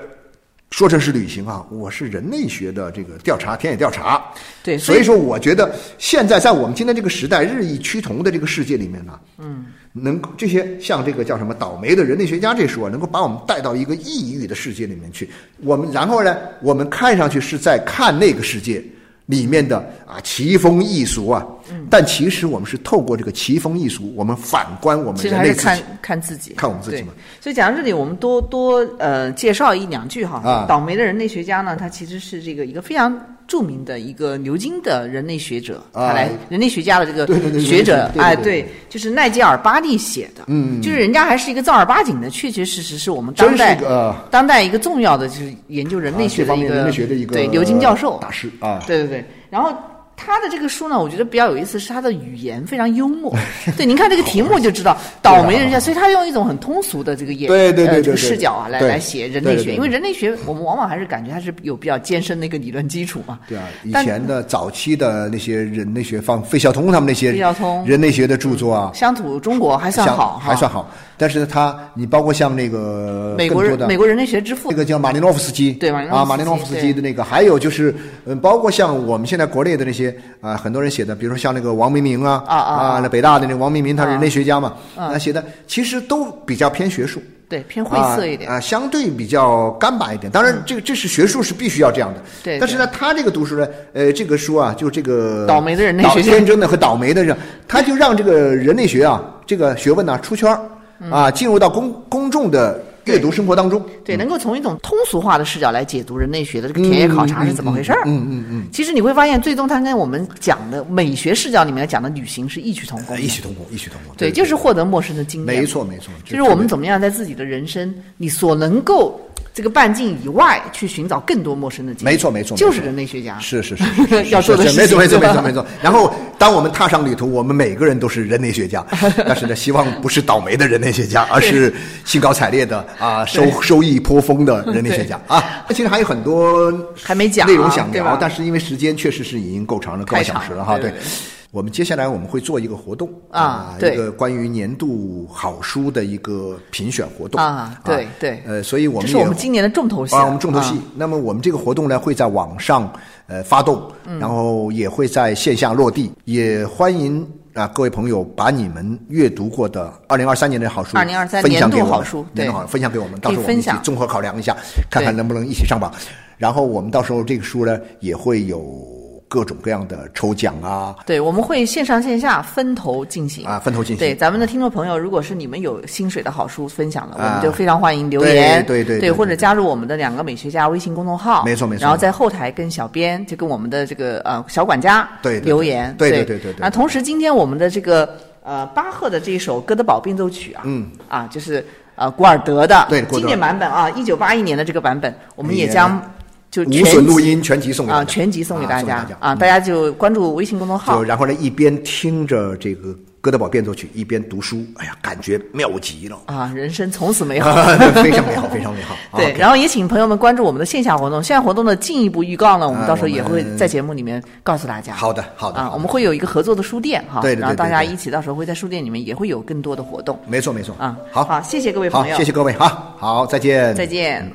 [SPEAKER 2] 说成是旅行啊，我是人类学的这个调查，田野调查。
[SPEAKER 1] 对
[SPEAKER 2] 所
[SPEAKER 1] 所
[SPEAKER 2] 以
[SPEAKER 1] 以
[SPEAKER 2] 说我觉得现在在我们今天这个时代日益趋同的这个世界里面呢，嗯，能够这些像这个叫什么倒霉的人类学家这说，能够把我们带到一个异域的世界里面去。我们然后呢，我们看上去是在看那个世界。里面的啊奇风异俗啊，
[SPEAKER 1] 嗯
[SPEAKER 2] 但其实我们是透过这个奇风异俗，我们反观我们
[SPEAKER 1] 其实
[SPEAKER 2] 人
[SPEAKER 1] 还
[SPEAKER 2] 类
[SPEAKER 1] 是
[SPEAKER 2] 自
[SPEAKER 1] 看
[SPEAKER 2] 己。
[SPEAKER 1] 看自己，
[SPEAKER 2] 看我们自己
[SPEAKER 1] 对
[SPEAKER 2] 嘛。
[SPEAKER 1] 所以讲到这里，我们多多呃介绍一两句哈。
[SPEAKER 2] 啊
[SPEAKER 1] 倒霉的人类学家呢，他其实是这个一个非常著名的一个牛津的人类学者，
[SPEAKER 2] 啊
[SPEAKER 1] 他来人类学家的这个
[SPEAKER 2] 对对对对
[SPEAKER 1] 学者
[SPEAKER 2] 对对，对
[SPEAKER 1] 哎，
[SPEAKER 2] 对
[SPEAKER 1] 对，就是奈吉尔·巴利写的，嗯，就是人家还是一个正儿八经的，确确实实是我们当
[SPEAKER 2] 真是
[SPEAKER 1] 代
[SPEAKER 2] 一个呃
[SPEAKER 1] 当代一个重要的就是研究人类学的一
[SPEAKER 2] 啊这方面
[SPEAKER 1] 个
[SPEAKER 2] 人类学的一个
[SPEAKER 1] 对牛津教授
[SPEAKER 2] 大师啊
[SPEAKER 1] 对对对，然后。他的这个书呢，我觉得比较有意思，是他的语言非常幽
[SPEAKER 2] [laughs]
[SPEAKER 1] 默。对，您看这个题目就知道，倒霉人家，所以他用一种很通俗的这个眼
[SPEAKER 2] 啊对对对
[SPEAKER 1] 呃这
[SPEAKER 2] 对对
[SPEAKER 1] 个视角啊，来
[SPEAKER 2] 对
[SPEAKER 1] 来写人
[SPEAKER 2] 对
[SPEAKER 1] 类
[SPEAKER 2] 对
[SPEAKER 1] 学，
[SPEAKER 2] 对
[SPEAKER 1] 因为人类学我们往往还是感觉它是有比较艰深的一个理论基础嘛。
[SPEAKER 2] 对啊，以
[SPEAKER 1] 但
[SPEAKER 2] 前的早期的那些人类学方，费孝通他们那些
[SPEAKER 1] 费孝通
[SPEAKER 2] 人类学的著作啊，
[SPEAKER 1] 乡土中国还算
[SPEAKER 2] 像
[SPEAKER 1] 好，
[SPEAKER 2] 还算好。但是呢，他你包括像那个
[SPEAKER 1] 美国
[SPEAKER 2] 更多
[SPEAKER 1] 人
[SPEAKER 2] 的
[SPEAKER 1] 美国人类学之父
[SPEAKER 2] 那个叫马林诺夫斯基，
[SPEAKER 1] 对马林诺夫斯基
[SPEAKER 2] 啊，马林诺夫斯基的那个，还有就是，嗯，包括像我们现在国内的那些啊、很多人写的，比如说像那个王明明啊，
[SPEAKER 1] 啊啊
[SPEAKER 2] 那北大的那个王明明，他是人类学家嘛，
[SPEAKER 1] 啊
[SPEAKER 2] 那写的其实都比较偏学术，
[SPEAKER 1] 对，偏晦涩一点。嗯
[SPEAKER 2] 啊、啊相对比较干巴一点。当然，这个这是学术是必须要这样的。
[SPEAKER 1] 对
[SPEAKER 2] 但是呢，他这个读书呢，呃，这个书啊，就这个
[SPEAKER 1] 倒霉的人类
[SPEAKER 2] 倒
[SPEAKER 1] 学家
[SPEAKER 2] 天真的和倒霉的
[SPEAKER 1] [laughs]
[SPEAKER 2] 人，他就让这个人类学啊，这个学问呢、出圈儿啊，进入到公公众的阅读生活当中。
[SPEAKER 1] 嗯对，能够从一种通俗化的视角来解读人类学的这个田野考察是怎么回事儿、
[SPEAKER 2] 嗯嗯嗯，
[SPEAKER 1] 其实你会发现，最终它跟我们讲的美学视角里面讲的旅行是异曲同工
[SPEAKER 2] 呃
[SPEAKER 1] 的。
[SPEAKER 2] 异曲同工，异曲同工。
[SPEAKER 1] 对，就是获得陌生的经验。
[SPEAKER 2] 没错没错，
[SPEAKER 1] 就是我们
[SPEAKER 2] 么
[SPEAKER 1] 怎么样在自己的人生你所能够这个半径以外去寻找更多陌生的经验。
[SPEAKER 2] 没错没错没错
[SPEAKER 1] 就是人类学家。
[SPEAKER 2] 是是是
[SPEAKER 1] [laughs]
[SPEAKER 2] 是是
[SPEAKER 1] 啊要做的
[SPEAKER 2] 是是
[SPEAKER 1] 事
[SPEAKER 2] 没
[SPEAKER 1] 情
[SPEAKER 2] 错没
[SPEAKER 1] 对吧
[SPEAKER 2] 错没错没错。然后，当我们踏上旅途，我们每个人都是人类
[SPEAKER 1] [laughs]
[SPEAKER 2] 学家，但是呢，希望不是倒霉的人类学家，而是兴高采烈的啊，收收益颇丰的人类学家啊。其实还有很多
[SPEAKER 1] 还没讲啊
[SPEAKER 2] 内容想
[SPEAKER 1] 对
[SPEAKER 2] 聊
[SPEAKER 1] 吧，
[SPEAKER 2] 但是因为时间确实是已经够长了，
[SPEAKER 1] 太
[SPEAKER 2] 个
[SPEAKER 1] 长
[SPEAKER 2] 小时
[SPEAKER 1] 了
[SPEAKER 2] 了哈。
[SPEAKER 1] 对
[SPEAKER 2] 对
[SPEAKER 1] 对对，
[SPEAKER 2] 我们接下来我们会做一个活动
[SPEAKER 1] 啊对
[SPEAKER 2] 一个关于年度好书的一个评选活动
[SPEAKER 1] 啊对对
[SPEAKER 2] 呃，所以我
[SPEAKER 1] 这
[SPEAKER 2] 们
[SPEAKER 1] 是
[SPEAKER 2] 也
[SPEAKER 1] 我们今年的重头戏了。
[SPEAKER 2] 啊，我们重头戏
[SPEAKER 1] 啊。
[SPEAKER 2] 那么我们这个活动呢，会在网上呃发动，
[SPEAKER 1] 嗯
[SPEAKER 2] 然后也会在线下落地，也欢迎。啊，各位朋友，把你们阅读过的二零二三年的好书，
[SPEAKER 1] 2023
[SPEAKER 2] 分享给
[SPEAKER 1] 年度
[SPEAKER 2] 我
[SPEAKER 1] 好
[SPEAKER 2] 们
[SPEAKER 1] 书
[SPEAKER 2] 年度
[SPEAKER 1] 对
[SPEAKER 2] 好分享给我们，到
[SPEAKER 1] 可以
[SPEAKER 2] 时候我们
[SPEAKER 1] 分
[SPEAKER 2] 一起
[SPEAKER 1] 享
[SPEAKER 2] 综合考量一下，看看
[SPEAKER 1] 对
[SPEAKER 2] 能不能一起上榜。然后我们到时候这个书呢，也会有各种各样的抽奖啊，
[SPEAKER 1] 对，我们会线上线下分头进行
[SPEAKER 2] 啊，分头进行。
[SPEAKER 1] 对，咱们的听众朋友，如果是你们有薪水的好书分享的，
[SPEAKER 2] 啊
[SPEAKER 1] 我们就非常欢迎留言，
[SPEAKER 2] 对对对对
[SPEAKER 1] 或者
[SPEAKER 2] 对
[SPEAKER 1] 加入我们的两个美学家微信公众号，
[SPEAKER 2] 没错没错
[SPEAKER 1] 然后在后台跟小编，就跟我们的这个呃小管家
[SPEAKER 2] 对对对
[SPEAKER 1] 留言，
[SPEAKER 2] 对对
[SPEAKER 1] 对
[SPEAKER 2] 对对对
[SPEAKER 1] 啊，
[SPEAKER 2] 对
[SPEAKER 1] 同时今天我们的这个呃巴赫的这一首《哥德堡变奏曲》啊，
[SPEAKER 2] 嗯
[SPEAKER 1] 啊就是呃古尔德的
[SPEAKER 2] 对古尔德
[SPEAKER 1] 经典版本啊，一九八一年的这个版本，我们也
[SPEAKER 2] 也
[SPEAKER 1] 将就
[SPEAKER 2] 无
[SPEAKER 1] 全
[SPEAKER 2] 损录
[SPEAKER 1] 集
[SPEAKER 2] 音全集送给大
[SPEAKER 1] 啊
[SPEAKER 2] 家
[SPEAKER 1] 全集送给大
[SPEAKER 2] 啊
[SPEAKER 1] 家
[SPEAKER 2] 送给大家
[SPEAKER 1] 啊，大家就关注微信公众号
[SPEAKER 2] 就，然后呢，一边听着这个哥德堡变奏曲，一边读书，哎呀，感觉妙极
[SPEAKER 1] [laughs]
[SPEAKER 2] 了。
[SPEAKER 1] 啊，人生从此美
[SPEAKER 2] [laughs]
[SPEAKER 1] 好。
[SPEAKER 2] 啊，非常美好，非常美好。
[SPEAKER 1] 对，
[SPEAKER 2] 啊 OK
[SPEAKER 1] 然后也请朋友们关注我们的线下活动。线下活动的进一步预告呢，我们到时候也会在节目里面告诉大家。
[SPEAKER 2] 哎好的好的好
[SPEAKER 1] 啊
[SPEAKER 2] 的，
[SPEAKER 1] 我们会有一个合作的书店哈，
[SPEAKER 2] 对对对
[SPEAKER 1] 然后大
[SPEAKER 2] 对
[SPEAKER 1] 家
[SPEAKER 2] 对
[SPEAKER 1] 一起到时候会在书店里面也会有更多的活动
[SPEAKER 2] 没错没错
[SPEAKER 1] 啊。
[SPEAKER 2] 好，
[SPEAKER 1] 好，谢谢各位
[SPEAKER 2] 好
[SPEAKER 1] 朋，友，
[SPEAKER 2] 谢谢各位，好好，再见，
[SPEAKER 1] 再见。